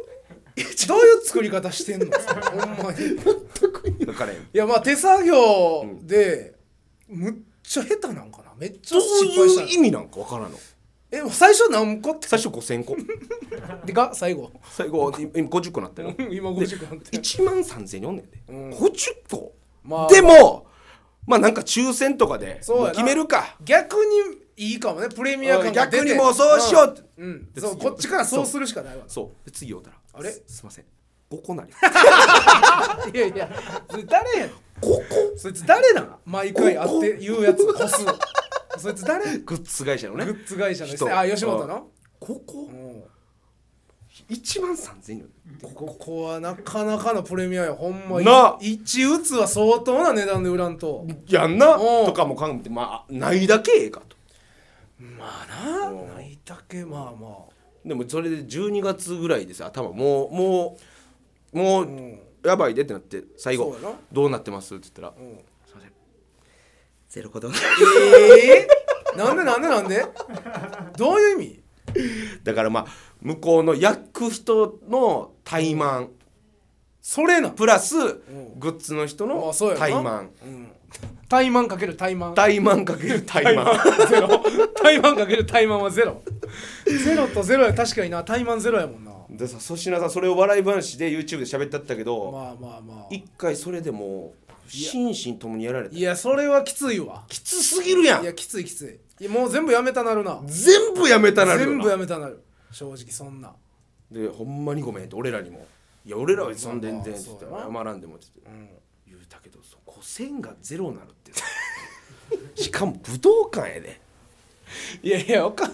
Speaker 2: どういう作り方してんのほんまに
Speaker 3: 分からへん
Speaker 2: いやまあ手作業でむっちゃ下手なんかなめっち
Speaker 3: ど
Speaker 2: ゃ
Speaker 3: う
Speaker 2: 失敗した
Speaker 3: い
Speaker 2: な
Speaker 3: う意味なんか分からんの
Speaker 2: え最初何個って
Speaker 3: 最初5000個
Speaker 2: でか最後
Speaker 3: 最後今50個なったよ
Speaker 2: 今50個なんて
Speaker 3: 1万3000人おんねんで、
Speaker 2: うん
Speaker 3: 50個、
Speaker 2: まあ
Speaker 3: でもまあなんか抽選とかで
Speaker 2: そうやな
Speaker 3: もう決めるか
Speaker 2: 逆にいいかもねプレミア感が出て
Speaker 3: 逆にもうそうしようって、
Speaker 2: うん、うん
Speaker 3: で
Speaker 2: そう
Speaker 3: 次
Speaker 2: こっちからそうするしかないわ
Speaker 3: そうで次おったら
Speaker 2: あれ
Speaker 3: すすいません5個なり
Speaker 2: いやいやそれ誰やねん
Speaker 3: 5個
Speaker 2: そいつ誰なん毎回会って言うやつ個数そいつ誰グ
Speaker 3: グッズ会社のね
Speaker 2: ッズ会社の人
Speaker 3: 人
Speaker 2: あ吉本の
Speaker 3: ここ
Speaker 2: うん
Speaker 3: 1万3000人
Speaker 2: ここはなかなかのプレミアやほんま
Speaker 3: なあ
Speaker 2: 一打つは相当な値段で売らんと
Speaker 3: やんな
Speaker 2: うん
Speaker 3: とかも考えてまあないだけええかと
Speaker 2: まあ
Speaker 3: うん
Speaker 2: なないだけまあま
Speaker 3: でもそれで12月ぐらいでさ頭もうもうも
Speaker 2: あう
Speaker 3: うんやばいでってなって最
Speaker 2: そ
Speaker 3: 後
Speaker 2: うやな
Speaker 3: どうなってますって言ったら
Speaker 2: うん
Speaker 3: すいませんゼロ個だ
Speaker 2: えー、 なんでなんでなんでどういう意味
Speaker 3: だからまあ向こうの焼く人の怠慢
Speaker 2: それな
Speaker 3: プラス
Speaker 2: ん
Speaker 3: グッズの人
Speaker 2: ま
Speaker 3: の
Speaker 2: あそうやな
Speaker 3: 怠慢
Speaker 2: うん怠慢かける怠慢
Speaker 3: 怠慢かける怠 慢
Speaker 2: ゼロ怠慢かける怠慢はゼロゼロとゼロや確かにな怠慢ゼロやもんな
Speaker 3: でさ粗品さんそれを笑い話で YouTube で喋ったったけど、
Speaker 2: まあまあまあ
Speaker 3: 一回それでもう心身ともにやられた
Speaker 2: いやそれはきついわ
Speaker 3: きつすぎるや
Speaker 2: いや
Speaker 3: ん
Speaker 2: きついきついいやもう全部やめたなるな
Speaker 3: 全部やめたなるよ
Speaker 2: 全
Speaker 3: な
Speaker 2: 部やめたなる正直そんな
Speaker 3: でほんまにごめんって俺らにも「いや俺らはそんでんぜん」って言った
Speaker 2: まあ
Speaker 3: ら「
Speaker 2: まあ
Speaker 3: 謝らんでも」って言っ
Speaker 2: う
Speaker 3: て
Speaker 2: ん
Speaker 3: 言うたけどそこ線がゼロになるってさしかも武道館やで
Speaker 2: いやいやおかい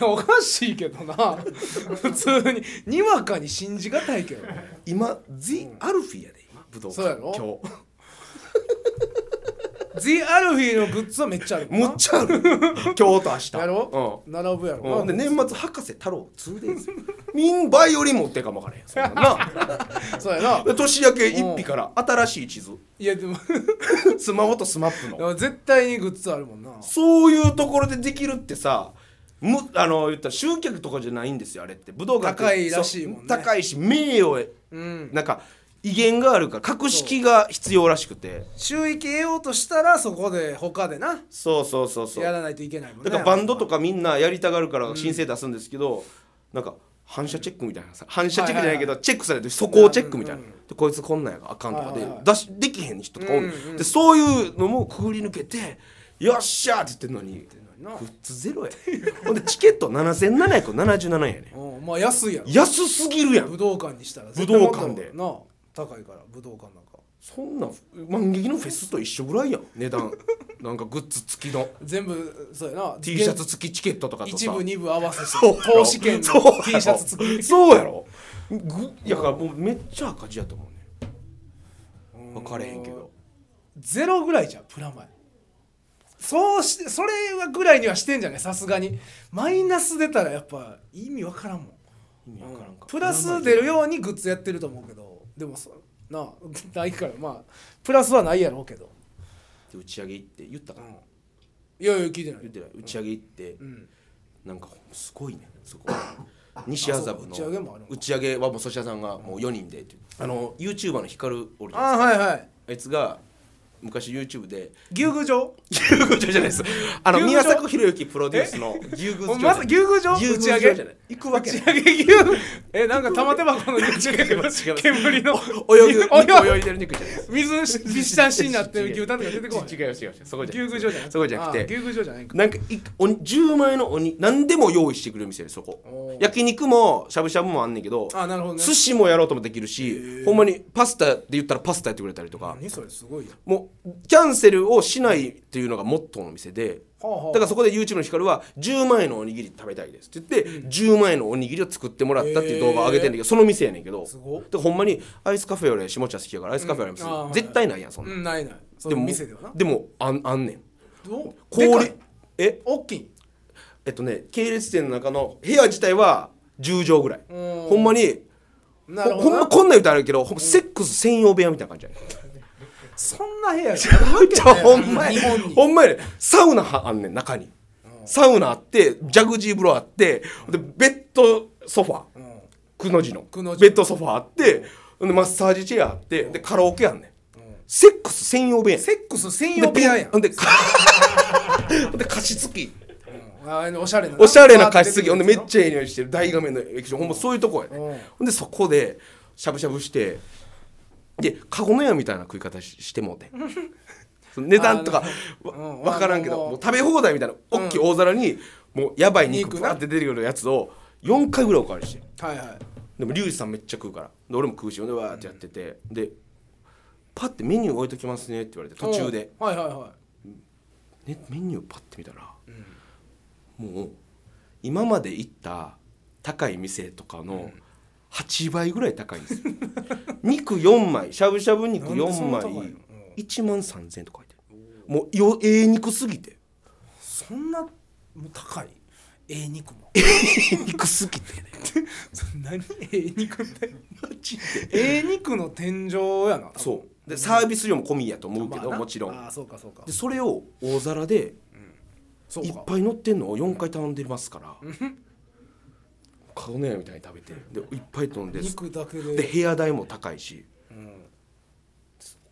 Speaker 2: やおかしいけどな普通ににわかに信じがたいけどね
Speaker 3: 今「The アルフィやで今武道
Speaker 2: そ
Speaker 3: 館
Speaker 2: うやろ
Speaker 3: 今日
Speaker 2: The アルフィーのグッズはめっちゃあるもんな
Speaker 3: むっちゃ ある今日と明日
Speaker 2: やろ、並ぶや
Speaker 3: うん、
Speaker 2: ろ、
Speaker 3: うん、で年末博士太郎 2days みんバイオリン持ってかもわからへんそんなんな
Speaker 2: そうやな
Speaker 3: で年明け一匹から新しい地図
Speaker 2: いやで も
Speaker 3: スマホとスマップの
Speaker 2: でも絶対にグッズあるもんな
Speaker 3: そういうところでできるってさむあの言ったら集客とかじゃないんですよあれって武道館って
Speaker 2: 高いらしいもんね
Speaker 3: そう高いし名誉へ
Speaker 2: うん
Speaker 3: なんか威厳があるから格式が必要らしくて
Speaker 2: 収益得ようとしたらそこで他でな
Speaker 3: そうそうそうそう
Speaker 2: やらないといけないもんね
Speaker 3: だからバンドとかみんなやりたがるから申請出すんですけど、なんか反射チェックみたいなさ反射チェックじゃないけどチェックされてそこをチェックみたいな、
Speaker 2: うんうんうん
Speaker 3: でこいつこんなんやからあかんとかで、
Speaker 2: はいはいはい
Speaker 3: 出しできへん人とか多い、
Speaker 2: うんうん
Speaker 3: でそういうのもくぐり抜けて「よっしゃ!」って言ってんのに
Speaker 2: んのにな
Speaker 3: グッズゼロやほんでチケット7777円やね
Speaker 2: うんまあ安いやろ
Speaker 3: 安すぎるやん
Speaker 2: 武道館にしたら
Speaker 3: 武道館で
Speaker 2: 絶対もっとな高いから武道館なんか
Speaker 3: そんな万劇のフェスと一緒ぐらいやん値段なんかグッズ付きの
Speaker 2: 全部そうやな
Speaker 3: T シャツ付きチケットとかとさ
Speaker 2: 一部二部合わせ
Speaker 3: そう
Speaker 2: て投資券
Speaker 3: そうや
Speaker 2: の
Speaker 3: ろ
Speaker 2: T シャツ作る
Speaker 3: そうやろぐいやだからもうめっちゃ赤字やと思うね分かれへんけど
Speaker 2: ゼロぐらいじゃんプラマイそうしてそれはぐらいにはしてんじゃないさすがにマイナス出たらやっぱ意味わからんもん
Speaker 3: 意味わからんか
Speaker 2: プラス出るようにグッズやってると思うけどでもそな あないからまあプラスはないやろうけど、
Speaker 3: 打ち上げ行って言った
Speaker 2: う
Speaker 3: か
Speaker 2: ん
Speaker 3: な、
Speaker 2: いやいや聞いてない
Speaker 3: 言ってない打ち上げ行って、
Speaker 2: うん
Speaker 3: なんかすごいねそ こ西麻布の
Speaker 2: あそうか打ち上げもあるのか
Speaker 3: 打ち上げはもう粗品さんがもう4人でっていうあの YouTuber の光るおるじゃないですか
Speaker 2: あはいはい
Speaker 3: あいつが昔 YouTube で
Speaker 2: 牛宮城
Speaker 3: 牛宮城じゃないですあの
Speaker 2: 牛宮
Speaker 3: 宮
Speaker 2: 城
Speaker 3: 迫博之プロデュースの牛宮
Speaker 2: お
Speaker 3: 城
Speaker 2: まさ牛宮城
Speaker 3: 牛宮
Speaker 2: 打ち上
Speaker 3: 城
Speaker 2: げ
Speaker 3: じゃない行くわけ
Speaker 2: 打ち上げ牛 えなんか玉手箱の打ち上げ
Speaker 3: 違う
Speaker 2: 煙の
Speaker 3: 泳ぐ 肉
Speaker 2: 泳
Speaker 3: 泳
Speaker 2: い
Speaker 3: いでる肉じゃないです
Speaker 2: 水しびっしゃんしになってる牛タンとか出てこない
Speaker 3: 違う違う違うそこじ
Speaker 2: 牛
Speaker 3: ゃない
Speaker 2: 宮城じゃない
Speaker 3: そこじゃなく
Speaker 2: あ
Speaker 3: て
Speaker 2: 牛宮城じゃないんか
Speaker 3: なんかいおに10万円のおに何でも用意してくれる店でそ
Speaker 2: お
Speaker 3: こ
Speaker 2: ー
Speaker 3: 焼肉もしゃぶしゃぶもあんねんけど
Speaker 2: あなるほどね
Speaker 3: 寿司もやろうともできるしほんまにパスタで言ったらパスタやってくれたりとか
Speaker 2: 何それすごいよ
Speaker 3: もうキャンセルをしないっていうのがモットーの店で
Speaker 2: はあはあ
Speaker 3: だからそこで YouTube の光は10万円のおにぎり食べたいですって言って10万円のおにぎりを作ってもらったっていう動画を上げてんだけどその店やねんけど
Speaker 2: すごっ
Speaker 3: だからほんまにアイスカフェより下茶好きやからアイスカフェより
Speaker 2: うんあーはい
Speaker 3: 絶対ないやんそん
Speaker 2: う
Speaker 3: なん
Speaker 2: ないないそ
Speaker 3: で
Speaker 2: の
Speaker 3: も
Speaker 2: 店ではな
Speaker 3: でもあんあんねん
Speaker 2: どうで
Speaker 3: 氷
Speaker 2: かい
Speaker 3: え
Speaker 2: 大きい
Speaker 3: えっとね系列店の中の部屋自体は10畳ぐらい
Speaker 2: うん
Speaker 3: ほんまに
Speaker 2: なるほ
Speaker 3: ほ
Speaker 2: ど
Speaker 3: ほん
Speaker 2: な
Speaker 3: まこんなん言うたらあるけどほんまセックス専用部屋みたいな感じ やねん
Speaker 2: そんな部屋じ
Speaker 3: じゃあほんま
Speaker 2: 日
Speaker 3: や
Speaker 2: 本に
Speaker 3: ほんまやねサウナはあんねん中にサウナあってジャグジー風呂あってでベッドソファ
Speaker 2: うん
Speaker 3: くの字の
Speaker 2: くの字
Speaker 3: ベッドソファあってでマッサージチェアあってでカラオケあんねんセックス専用部屋やねん
Speaker 2: セックス専用部屋やん
Speaker 3: ほんでか ほんで加湿器
Speaker 2: うんあのおしゃれな
Speaker 3: おしゃれな加湿器ほんでめっ
Speaker 2: ゃ
Speaker 3: ちゃええ匂いしてる大画面の液晶ほんまそういうとこやね
Speaker 2: うん
Speaker 3: ほんでそこでしゃぶしゃぶしてでカゴのやみたいな食い方しして もうてその値段とかわ
Speaker 2: うん
Speaker 3: 分からんけど
Speaker 2: まあ
Speaker 3: もう食べ放題みたいな大きい大皿にもうやばい
Speaker 2: 肉
Speaker 3: 肉
Speaker 2: な
Speaker 3: バーって出てくるやつを4回ぐらいおかわりして
Speaker 2: はいはい
Speaker 3: でもリュウジさんめっちゃ食うからで俺も食うしほんでわーってやっててでパッてメニュー置いときますねって言われて途中で、
Speaker 2: うんはいはいは
Speaker 3: ね、メニューパッて見たら、もう今まで行った高い店とかの8倍ぐらい高いんですよ 肉4枚しゃぶしゃぶ肉4
Speaker 2: なんで
Speaker 3: 枚
Speaker 2: そんな高いの
Speaker 3: 1万3000円とか書いてるもうよええ肉すぎて
Speaker 2: いそんなもう高いええ肉も
Speaker 3: ええ肉すぎてね
Speaker 2: そん なにええ肉って
Speaker 3: マジで
Speaker 2: ええ肉の天井やな
Speaker 3: そうでサービス料も込みやと思
Speaker 2: 多
Speaker 3: う
Speaker 2: 分
Speaker 3: けど、
Speaker 2: まあな
Speaker 3: もちろん
Speaker 2: ああそうかそうか
Speaker 3: でそれを大皿で
Speaker 2: そう
Speaker 3: い
Speaker 2: か
Speaker 3: っぱい乗ってんのを4回頼んでますから顔のやみたいに食べてでいっぱい飲んで
Speaker 2: 肉だけで
Speaker 3: で部屋代も高いし
Speaker 2: うん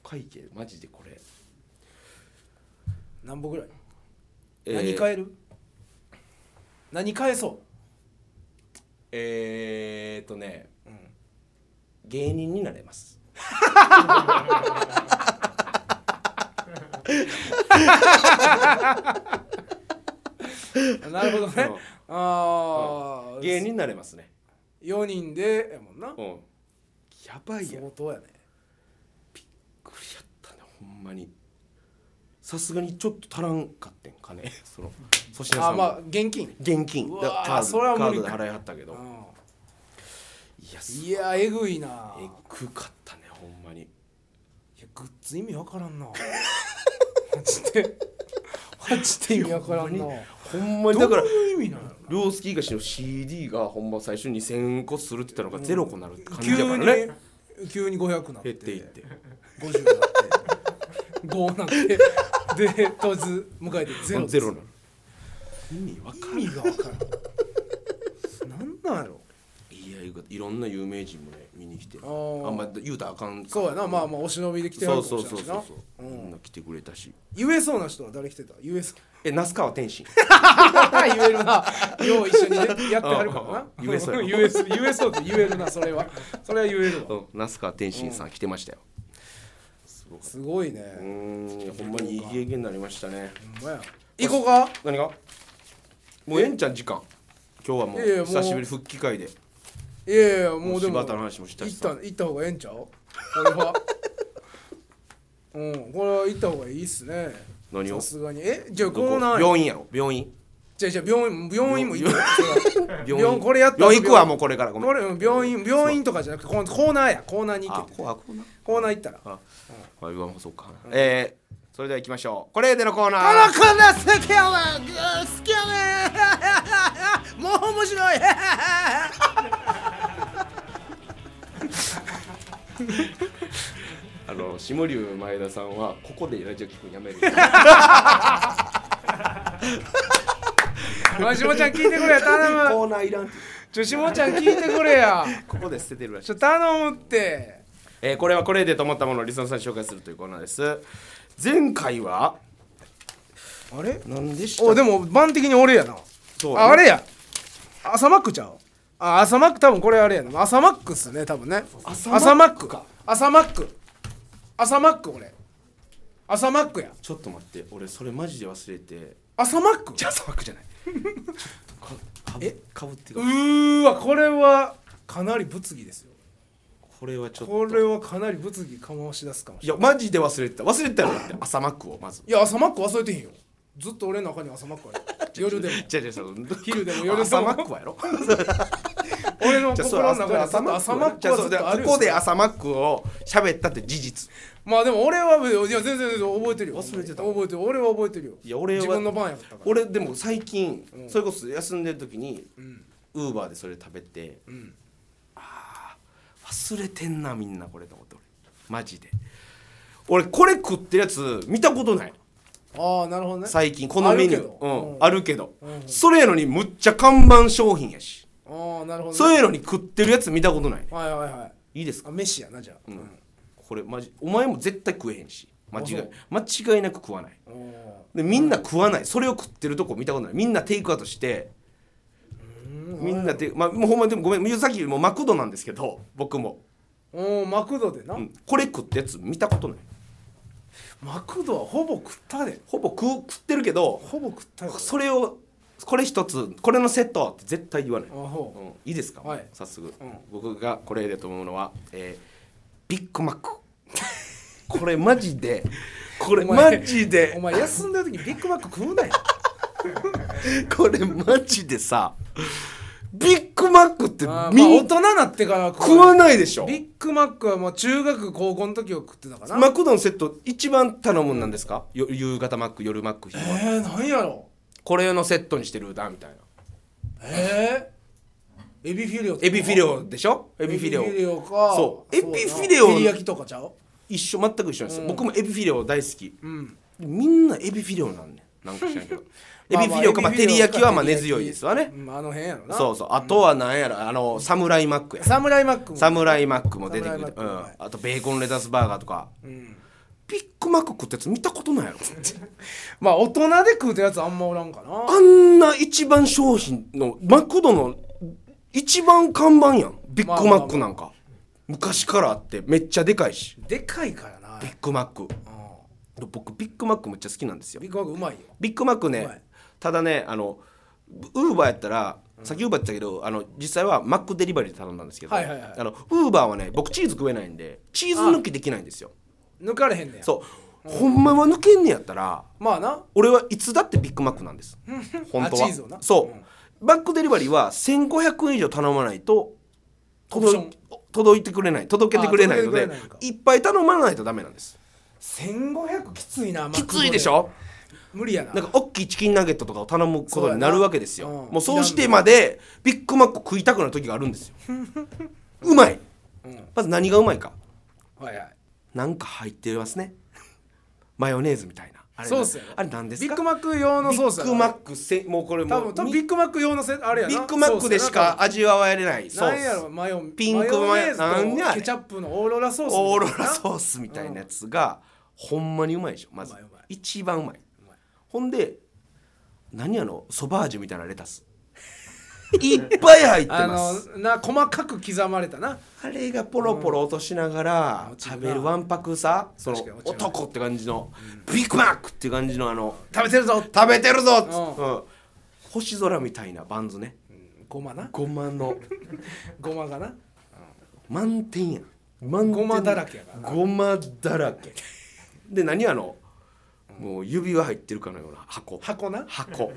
Speaker 3: 会計マジでこれ、
Speaker 2: 何本ぐらい
Speaker 3: えー
Speaker 2: 何買える何買えそ
Speaker 3: えーっとね
Speaker 2: ううん
Speaker 3: 芸人になれます
Speaker 2: なるほどね。ああ、
Speaker 3: 芸人になれますね
Speaker 2: 4人でやもんな。
Speaker 3: うんやばいやん
Speaker 2: 相当やね。
Speaker 3: これやったねほんまにさすがにちょっと足らんかってんか ねその粗品
Speaker 2: あ
Speaker 3: さ
Speaker 2: ー
Speaker 3: ん
Speaker 2: ま
Speaker 3: も
Speaker 2: あ現金。
Speaker 3: 現金
Speaker 2: うわー
Speaker 3: だカー
Speaker 2: そ
Speaker 3: ド
Speaker 2: れは
Speaker 3: カ
Speaker 2: 無
Speaker 3: ー
Speaker 2: 理
Speaker 3: ド
Speaker 2: か
Speaker 3: で払いはったけど
Speaker 2: う
Speaker 3: いや
Speaker 2: んいやえぐいな。
Speaker 3: えぐかったねほんまに
Speaker 2: いやグッズ意味わからんな。マジで。マジで意味わからんな。
Speaker 3: ほんまに
Speaker 2: ど
Speaker 3: だから
Speaker 2: ういう意味なの？
Speaker 3: 両月東の CD がほんま最初2000個するって言ったのがゼロ個になるって感じ
Speaker 2: 急
Speaker 3: やからね、
Speaker 2: に急に500なって
Speaker 3: 減っていって
Speaker 2: 50になって5なってで当日迎えてゼロ
Speaker 3: ゼロなの意味わか
Speaker 2: 意味がわからん。なんなんやろ。
Speaker 3: いややいうかいろんな有名人もね見に来てあ
Speaker 2: ー
Speaker 3: んま言うたらあかん
Speaker 2: そうやなまあまあお忍びで来てる
Speaker 3: そう
Speaker 2: か
Speaker 3: そ
Speaker 2: も
Speaker 3: う
Speaker 2: しれ
Speaker 3: そ
Speaker 2: な
Speaker 3: う
Speaker 2: い
Speaker 3: そ
Speaker 2: し
Speaker 3: う
Speaker 2: な
Speaker 3: そうみんな来てくれたし
Speaker 2: 言えそうな人は誰来てた言えそう
Speaker 3: え那須川天心
Speaker 2: 言えるなよう一緒にねやってはるからな
Speaker 3: うん言えそう や
Speaker 2: 言えそう言えそうって言えるなそれはそれは言える
Speaker 3: う
Speaker 2: わ
Speaker 3: ん那須川天心さん来てましたよ
Speaker 2: すごいうね
Speaker 3: ーんいやほんまにいい経験になりましたね
Speaker 2: ほんまや行こうか
Speaker 3: 何がもうええんちゃん時間今日はもう
Speaker 2: いやいやもう
Speaker 3: 久しぶり復帰会で
Speaker 2: いやいやもうでも
Speaker 3: 柴田の話もしたし
Speaker 2: 行っ
Speaker 3: さ
Speaker 2: た行った方がええんちゃうこれは うんこれは行った方がいいっすね
Speaker 3: 何を
Speaker 2: さすがにえじゃあ
Speaker 3: ど
Speaker 2: コ
Speaker 3: こ
Speaker 2: ーナー
Speaker 3: 病院やろ病院
Speaker 2: じゃあじゃあ病院病院も行く
Speaker 3: 病
Speaker 2: 病院これやったら
Speaker 3: 病院行くわもうこれからごめん
Speaker 2: これうん病院病院とかじゃなくてコーコーナーやコーナーに行
Speaker 3: あ
Speaker 2: け
Speaker 3: こうあこうな
Speaker 2: コーナー行ったら
Speaker 3: ああ言わんそうか、えー、それでは行きましょうこれでのコーナー
Speaker 2: あらこんな好きやわ好きやね もう面白い
Speaker 3: あの下流前田さんはここでラジオ聞くんやめる
Speaker 2: まあしもちゃん聞いてくれや頼む
Speaker 3: コーナーいらん
Speaker 2: ちょしもちゃん聞いてくれや
Speaker 3: ここで捨ててるらしい
Speaker 2: ちょ頼むって
Speaker 3: えーこれはこれでと思ったものをリスナーさんに紹介するというコーナーです前回は
Speaker 2: あれ
Speaker 3: 何でした
Speaker 2: おでも番的に俺やな
Speaker 3: そう
Speaker 2: ああれや朝マックちゃうあ朝マック多分これあれやな朝マックっすね多分ね
Speaker 3: 朝
Speaker 2: マックか朝マック朝マック俺朝マックや
Speaker 3: ちょっと待って俺それマジで忘れて
Speaker 2: 朝マック
Speaker 3: じゃあ砂漠じゃないかかぶ
Speaker 2: え
Speaker 3: かぶって
Speaker 2: う
Speaker 3: か
Speaker 2: ーわこれはかなり物議ですよ
Speaker 3: これはちょっと
Speaker 2: これはかなり物議かまし出すかもし
Speaker 3: い
Speaker 2: れない
Speaker 3: やマジで忘れてた忘れてたよだって朝マックをまず
Speaker 2: いや朝マック忘れてへんよずっと俺の中に朝マックある夜でも
Speaker 3: じゃあじゃあその
Speaker 2: 昼でも夜でも
Speaker 3: 朝マックはやろ
Speaker 2: 俺の
Speaker 3: じゃ
Speaker 2: 心
Speaker 3: あそれ
Speaker 2: の中に朝
Speaker 3: 朝マ
Speaker 2: マ
Speaker 3: ック朝マ
Speaker 2: ッ
Speaker 3: ック
Speaker 2: ク
Speaker 3: は
Speaker 2: はず
Speaker 3: ずっ
Speaker 2: っ
Speaker 3: と
Speaker 2: と
Speaker 3: あ
Speaker 2: あ
Speaker 3: る
Speaker 2: るよ
Speaker 3: よここで朝マックを喋ったって事実
Speaker 2: まあでも俺はいや全然全然覚えてるよ
Speaker 3: 忘れてた
Speaker 2: 覚えてる俺は覚えてるよ
Speaker 3: いや俺は
Speaker 2: 自分の番やったから
Speaker 3: 俺でも最近、それこそ休んでる時に
Speaker 2: うん
Speaker 3: ウーバーでそれ食べて
Speaker 2: うん
Speaker 3: 忘れてんなみんなこれと思って俺マジで俺これ食ってるやつ見たことない
Speaker 2: ああなるほどね
Speaker 3: 最近このメニュ
Speaker 2: ある
Speaker 3: ー
Speaker 2: け
Speaker 3: う
Speaker 2: ど
Speaker 3: ん
Speaker 2: うん
Speaker 3: あるけど、
Speaker 2: うん
Speaker 3: それやのにむっちゃ看板商品やし、
Speaker 2: ああなるほどね
Speaker 3: そういうのに食ってるやつ見たことない
Speaker 2: はいはいはい
Speaker 3: いいですか
Speaker 2: あ飯やなじゃあうん
Speaker 3: これマジお前も絶対食えへんし間違
Speaker 2: あ
Speaker 3: い間違いなく食わない
Speaker 2: お
Speaker 3: でみんな食わないそれを食ってるとこ見たことないみんなテイクアウトしてみんなテイクまあもうほんまにでもごめんさっきもうマクドなんですけど僕も、
Speaker 2: ーおーマクドでな
Speaker 3: うん、これ食ったやつ見たことない
Speaker 2: マクドはほぼ食ったで
Speaker 3: ほぼ食う食ってるけど
Speaker 2: ほぼ食ったよ
Speaker 3: それをこれ一つこれのセットって絶対言わない、
Speaker 2: あ
Speaker 3: うん、
Speaker 2: ほ
Speaker 3: いいですか、
Speaker 2: はい
Speaker 3: 早速、
Speaker 2: うん
Speaker 3: 僕がこれでと思うのは、えービッグマック これマジでこれ
Speaker 2: お前
Speaker 3: マジ
Speaker 2: うお
Speaker 3: で
Speaker 2: 前休んでる時にビッグマック食う なよ
Speaker 3: これマジでさビッグマックってみん、
Speaker 2: あーまあ大人なってから
Speaker 3: 食わないでしょ
Speaker 2: ビッグマックはもう中学高校の時を食ってたかな
Speaker 3: マクドのセット一番頼むんなんですかよ夕方マック夜マック昼
Speaker 2: え
Speaker 3: は
Speaker 2: ー、何やろ
Speaker 3: これのセットにしてるだみたいな
Speaker 2: えー、エビフィレオとか
Speaker 3: エビフィレオでしょエ
Speaker 2: エ
Speaker 3: ビ
Speaker 2: ビ
Speaker 3: フ
Speaker 2: フ
Speaker 3: ィ
Speaker 2: ィ
Speaker 3: レ
Speaker 2: レ
Speaker 3: オ
Speaker 2: オか
Speaker 3: そう
Speaker 2: だな
Speaker 3: エビフィレオ
Speaker 2: 照り焼きとかちゃう
Speaker 3: 一緒全く一緒なんですよ、
Speaker 2: うん
Speaker 3: 僕もエビフィレオ大好き
Speaker 2: うん
Speaker 3: みんなエビフィレオなんねんなんか知らんけどエ ビ
Speaker 2: まあ
Speaker 3: フィレオかまあ
Speaker 2: エビ
Speaker 3: 照
Speaker 2: フィ
Speaker 3: り
Speaker 2: レオ
Speaker 3: 焼
Speaker 2: か
Speaker 3: きはまあ
Speaker 2: 照り焼
Speaker 3: 根
Speaker 2: き
Speaker 3: 強いですわね
Speaker 2: うんあの辺やろな
Speaker 3: そうそうあとはなんやらあのサムライマックや
Speaker 2: サムライマックも
Speaker 3: サムライマックも出てくる
Speaker 2: サムライマッ
Speaker 3: う
Speaker 2: クも
Speaker 3: ん
Speaker 2: はい
Speaker 3: あとベーコンレタスバーガーとか
Speaker 2: うん
Speaker 3: ビッグマック食ったやつ見たことないやろ
Speaker 2: まあ大人で食うたやつあんまおらんかな
Speaker 3: あんな一番商品のマクドの一番看板やんビッグマックなんか、昔からあってめっちゃでかいし
Speaker 2: でかいからな
Speaker 3: ビッグマック
Speaker 2: う
Speaker 3: 僕ビッグマックめっちゃ好きなんですよ
Speaker 2: んビッグマックうまいよ
Speaker 3: ビッグマックね、
Speaker 2: うまい
Speaker 3: ただねあのウーバーやったらさっきウーバーやってたけどあの実際はマックデリバリーで頼んだんですけど、
Speaker 2: はいはいはい
Speaker 3: あのウーバーはね僕チーズ食えないんでチーズ抜きできないんですよ
Speaker 2: 抜かれへんねや
Speaker 3: そう、ほんまは抜けんねやったら
Speaker 2: まあな
Speaker 3: 俺はいつだってビッグマックなんです本当は
Speaker 2: あチーズをな
Speaker 3: そ
Speaker 2: う
Speaker 3: う、
Speaker 2: ん
Speaker 3: マックデリバリーは1500円以上頼まないと
Speaker 2: オプショ
Speaker 3: 届
Speaker 2: ン
Speaker 3: い届いてくれない届けてくれないの
Speaker 2: あ
Speaker 3: で
Speaker 2: 届けてくれないのか
Speaker 3: いっぱい頼まないとダメなんです
Speaker 2: 1500きついなマ
Speaker 3: き
Speaker 2: クド
Speaker 3: ついでしょ
Speaker 2: 無理やな
Speaker 3: なんか大きいチキンナゲットとかを頼むことになるわけですよ
Speaker 2: そうやなうん
Speaker 3: もうそうしてまでビッグマック食いたくなる時がある んですようまい
Speaker 2: うん
Speaker 3: まず何がうまいか
Speaker 2: はいはい
Speaker 3: なんか入ってますねマヨネーズみたいなあれ
Speaker 2: ソースやろ
Speaker 3: あれなんですか
Speaker 2: ビッグマック用のソース
Speaker 3: ビ
Speaker 2: や
Speaker 3: ッ
Speaker 2: ろ
Speaker 3: グマックせもうこれも
Speaker 2: 多
Speaker 3: う
Speaker 2: 分多分
Speaker 3: み
Speaker 2: ビッグマック用のせあれやな
Speaker 3: ビッグマックでしか味わえれない
Speaker 2: ソ
Speaker 3: ソ
Speaker 2: ースやななんや
Speaker 3: ース
Speaker 2: ろマヨ
Speaker 3: ピンク
Speaker 2: マ
Speaker 3: マヨ
Speaker 2: ヨネーズ
Speaker 3: なんやあ
Speaker 2: と
Speaker 3: れ
Speaker 2: ケチャップのオーロラソース
Speaker 3: オーロラソ
Speaker 2: ー
Speaker 3: ースみたいなやつが、ほんまにうまいでしょまず
Speaker 2: うまいうまい
Speaker 3: 一番うまいう
Speaker 2: まい
Speaker 3: ほんで何あのソバージュみたいなレタス いっぱい入って
Speaker 2: あ
Speaker 3: ます
Speaker 2: のな細かく刻まれたな
Speaker 3: あれがポロポロ落としながら、
Speaker 2: うん
Speaker 3: 食べるわんぱくさその
Speaker 2: 確かに落ちるな
Speaker 3: 男って感じの、ビッグマックっていう感じのあの
Speaker 2: 食べてるぞ
Speaker 3: 食べてるぞっつ
Speaker 2: う
Speaker 3: うん星空みたいなバンズね
Speaker 2: ごまな
Speaker 3: ごまの
Speaker 2: ごまがな
Speaker 3: 満点やん満点
Speaker 2: ごまだらけやからな
Speaker 3: ごまだらけで何あのもう指輪入ってるかのような箱
Speaker 2: 箱な
Speaker 3: 箱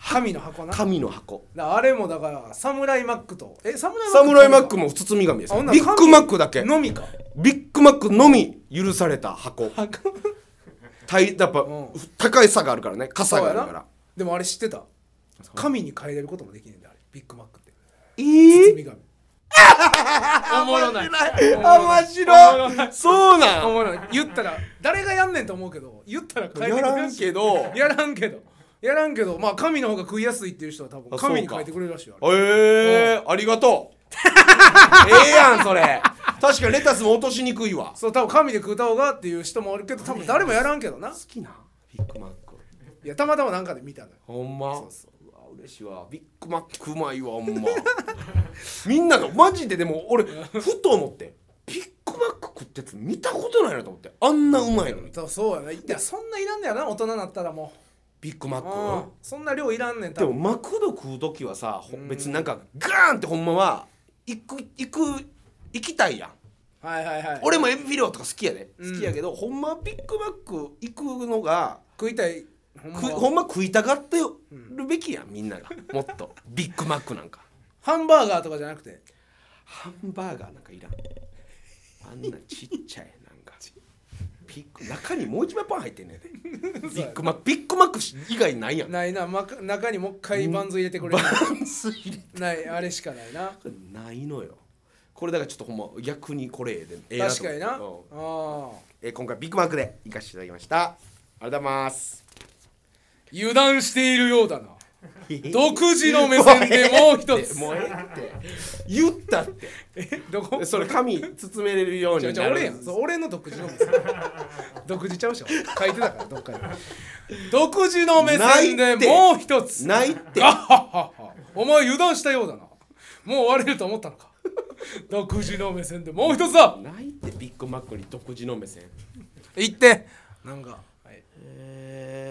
Speaker 2: 神の箱な
Speaker 3: 紙の箱
Speaker 2: だあれもだからサムライマックとえサムライマック
Speaker 3: サムライマックも包み紙です
Speaker 2: あほんなら
Speaker 3: ビッグマックだけ
Speaker 2: のみか
Speaker 3: ビッグマックのみ許された箱
Speaker 2: 箱
Speaker 3: たいやっぱ、
Speaker 2: うん
Speaker 3: 高い差があるからね傘がある
Speaker 2: そう
Speaker 3: か
Speaker 2: や
Speaker 3: ら
Speaker 2: なでもあれ知ってた神に変えれることもできねえんだあれビッグマックって
Speaker 3: え
Speaker 2: 包
Speaker 3: ー、
Speaker 2: み紙おもろない
Speaker 3: 面白いそうな
Speaker 2: お
Speaker 3: ん
Speaker 2: もろい言ったら誰がやんねんと思うけど言ったら変えてく
Speaker 3: や
Speaker 2: れ
Speaker 3: ら
Speaker 2: る
Speaker 3: ん
Speaker 2: し
Speaker 3: けどえ
Speaker 2: やらんけどやらんけどまあ神の方が食いやすいっていう人は多分
Speaker 3: あそうか
Speaker 2: 神に変えてくれるらしいよあれ
Speaker 3: えー、あり がとうええやんそれ確かにレタスも落としにくいわ
Speaker 2: そう多分神で食うた方がっていう人もおるけど多分誰もやらんけどな
Speaker 3: 好きなビッグマック
Speaker 2: いやたまたまなんかで見たのよ
Speaker 3: ほんまそううわ嬉しいわビッグマックうまいわほん まみんなのマジででも俺ふと思ってビッグマック食ってやつ見たことないなと思ってあんなうまいのに
Speaker 2: そうそうやないやそんないらんねやな大人になったらも
Speaker 3: ビッグマ
Speaker 2: ううん
Speaker 3: ック
Speaker 2: そんな量いらんねん多
Speaker 3: でも
Speaker 2: 分
Speaker 3: マクド食う時はさほ
Speaker 2: うん
Speaker 3: 別になんかガーンってほんまは行く行く行きたいやん
Speaker 2: はいはいはい
Speaker 3: 俺もエビフィレオとか好きやで、
Speaker 2: うん
Speaker 3: 好きやけどほんまはビッグマック行くのが
Speaker 2: 食いたいほんま
Speaker 3: くほんま食いたがってるべきやんみんな がもっとビッグマックなんか
Speaker 2: ハンバーガーとかじゃなくて
Speaker 3: ハンバーガーなんかいらんあんなちっちゃいなんかビッグ中にもう一枚パン入ってんねんで ビッグマックビッグマック以外ないやん
Speaker 2: ないな、まか、中にもう一回バンズ入れてくれ
Speaker 3: バ
Speaker 2: る、
Speaker 3: ンス入れ
Speaker 2: ないあれしかないな
Speaker 3: ないのよこれだからちょっとほんま逆にこれええでええと
Speaker 2: 確かにな、
Speaker 3: うん
Speaker 2: ああ
Speaker 3: えー今回ビッグマックで行かせていただきましたありがとうござ います
Speaker 2: 油断しているようだな独自の目線でもう一つ
Speaker 3: もうええって言ったって
Speaker 2: えどこ
Speaker 3: でそれ紙包めれるように
Speaker 2: じゃ
Speaker 3: な
Speaker 2: じゃ
Speaker 3: る
Speaker 2: 俺やんそう俺の独自の目線独自ちゃうでしょ書いてたからどっかに独自の目線
Speaker 3: ない
Speaker 2: で
Speaker 3: って
Speaker 2: もう一つ
Speaker 3: ないって
Speaker 2: あはははお前油断したようだなもう終われると思ったのか独自の目線でもう一つだ
Speaker 3: ないってビッグマックに独自の目線
Speaker 2: 言ってなんか、はい
Speaker 3: え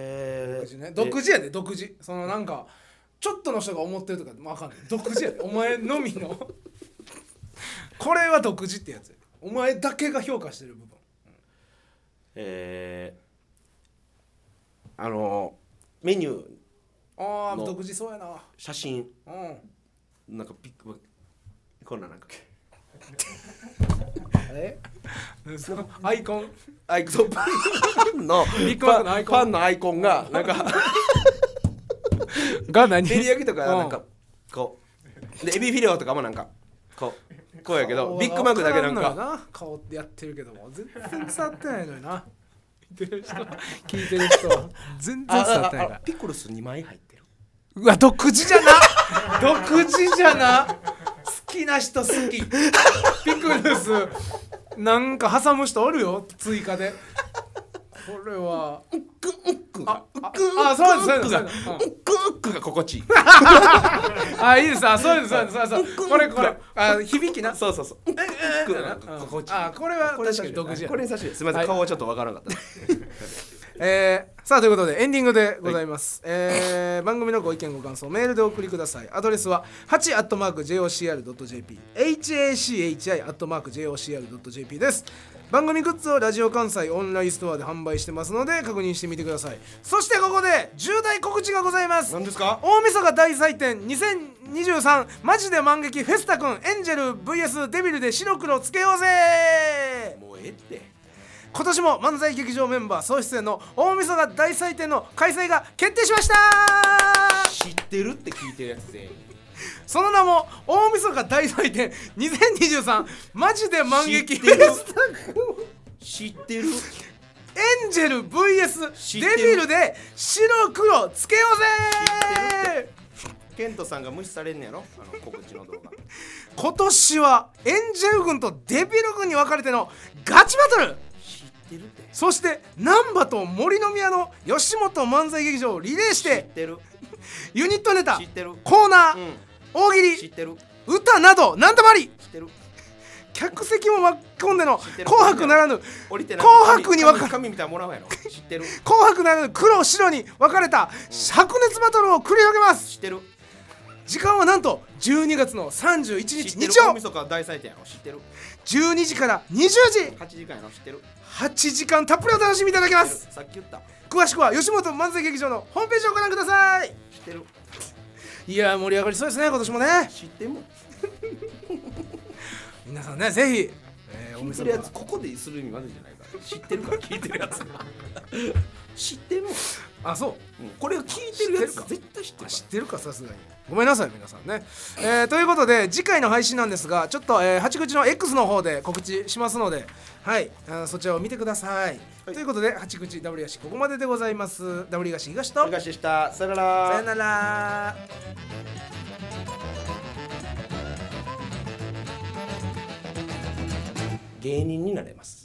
Speaker 2: 独自ね独自やで独自そのなんかちょっとの人が思ってるとかまあわかんない独自やでお前のみのこれは独自ってやつやお前だけが評価してる部分
Speaker 3: えーあのメニュー
Speaker 2: ああ
Speaker 3: の
Speaker 2: 独自そうやな
Speaker 3: 写真
Speaker 2: うん
Speaker 3: なんかビッグマックこんなんなんか
Speaker 2: えそのアイコン
Speaker 3: アイ コンパンの
Speaker 2: ビッグマックのアイコン
Speaker 3: パンのアイコンがなんか
Speaker 2: が何
Speaker 3: 照り焼きとかなんかこうでエビフィレオとかもなんかこうこうやけどビッグマックだけなんか
Speaker 2: 顔ってやってるけども全然伝わってないのよな聞いてる人聞いてる人は全然伝わってないから
Speaker 3: ああピクルス2枚入ってる
Speaker 2: うわ独自じゃな独自じゃな好きな人好きピクルスなんか挟む人おるよ追加でこれは
Speaker 3: クックが
Speaker 2: あ
Speaker 3: クッ
Speaker 2: あそうです
Speaker 3: ク
Speaker 2: そう
Speaker 3: が
Speaker 2: ですそうです
Speaker 3: クックが心地いい
Speaker 2: あいいですあそうですそうです そうですこれこれあ響きな
Speaker 3: そうそうそうクックが心地いい
Speaker 2: あこれは確かに独自や
Speaker 3: これに差し入れすみませ
Speaker 2: は
Speaker 3: ん
Speaker 2: い
Speaker 3: 顔はちょっとわからなかった
Speaker 2: えーさあということでエンディングでございます、えー番組のご意見ご感想メールでお送りくださいアドレスは 8-jocr.jp hachi-jocr.jp です番組グッズをラジオ関西オンラインストアで販売してますので確認してみてくださいそしてここで重大告知がございます
Speaker 3: 何ですか
Speaker 2: 大晦日大祭典2023マジで満劇フェスタ君エンジェル VS デビルで白黒つけようぜ
Speaker 3: もうええって
Speaker 2: 今年も漫才劇場メンバー総出演の大晦日大祭典の開催が決定しました
Speaker 3: 知ってるって聞いてるやつで
Speaker 2: その名も大晦日大祭典2023マジで満劇
Speaker 3: 知ってる
Speaker 2: フェスタ
Speaker 3: 知ってる
Speaker 2: エンジェル VS デビルで白黒つけようぜ
Speaker 3: ケントさんが無視されんねやろあの告知の動画
Speaker 2: 今年はエンジェル軍とデビル軍に分かれてのガチバトル
Speaker 3: 知ってるって
Speaker 2: そして難波と森の宮の吉本漫才劇場をリレーし
Speaker 3: 知っててる
Speaker 2: ユニットネタ
Speaker 3: 知ってる
Speaker 2: コーナー、
Speaker 3: うん
Speaker 2: 大喜
Speaker 3: 知
Speaker 2: 利
Speaker 3: ってる
Speaker 2: 歌など何でもあり
Speaker 3: 知ってる
Speaker 2: 客席も巻き込んでの
Speaker 3: っ
Speaker 2: 「
Speaker 3: てる
Speaker 2: 紅白」ならぬ
Speaker 3: 降りて
Speaker 2: 紅白に分か
Speaker 3: る紙みたいなのもらうやろ知ってる
Speaker 2: 「紅白」ならぬ黒白に分かれた灼熱バトルを繰り広げます
Speaker 3: 知ってる
Speaker 2: 時間はなんと12月の31
Speaker 3: 知っ
Speaker 2: 日
Speaker 3: てる
Speaker 2: 日曜
Speaker 3: 大晦日大祭典やろ知ってる
Speaker 2: 12時から20時
Speaker 3: 8時間やろ知ってる
Speaker 2: 8時間たっぷりお楽しみいただけま
Speaker 3: 知って
Speaker 2: す
Speaker 3: るさっき言った
Speaker 2: 詳しくは吉本漫才劇場のホームページをご覧ください
Speaker 3: 知ってる
Speaker 2: いやー盛り上がりそうですね今年もね
Speaker 3: 知っても
Speaker 2: 皆さんねぜひ、えー、お
Speaker 3: 聞いて
Speaker 2: 店
Speaker 3: る
Speaker 2: の
Speaker 3: やつここでする意味までじゃないから知ってるから聞いてるやつ 知ってる
Speaker 2: あそう
Speaker 3: これを聞いてるやつ
Speaker 2: 知ってる
Speaker 3: 絶対知って
Speaker 2: あ
Speaker 3: るか
Speaker 2: 知ってるかさすがにごめんなさい皆さんね、えーということで次回の配信なんですがちょっと、えー、八口の X の方で告知しますのではいあーそちらを見てください、
Speaker 3: は
Speaker 2: と
Speaker 3: い
Speaker 2: いうことで八口 W 東ここまででございます W 東東と
Speaker 3: ら東でしたさよなら
Speaker 2: さよなら
Speaker 3: 芸人になれます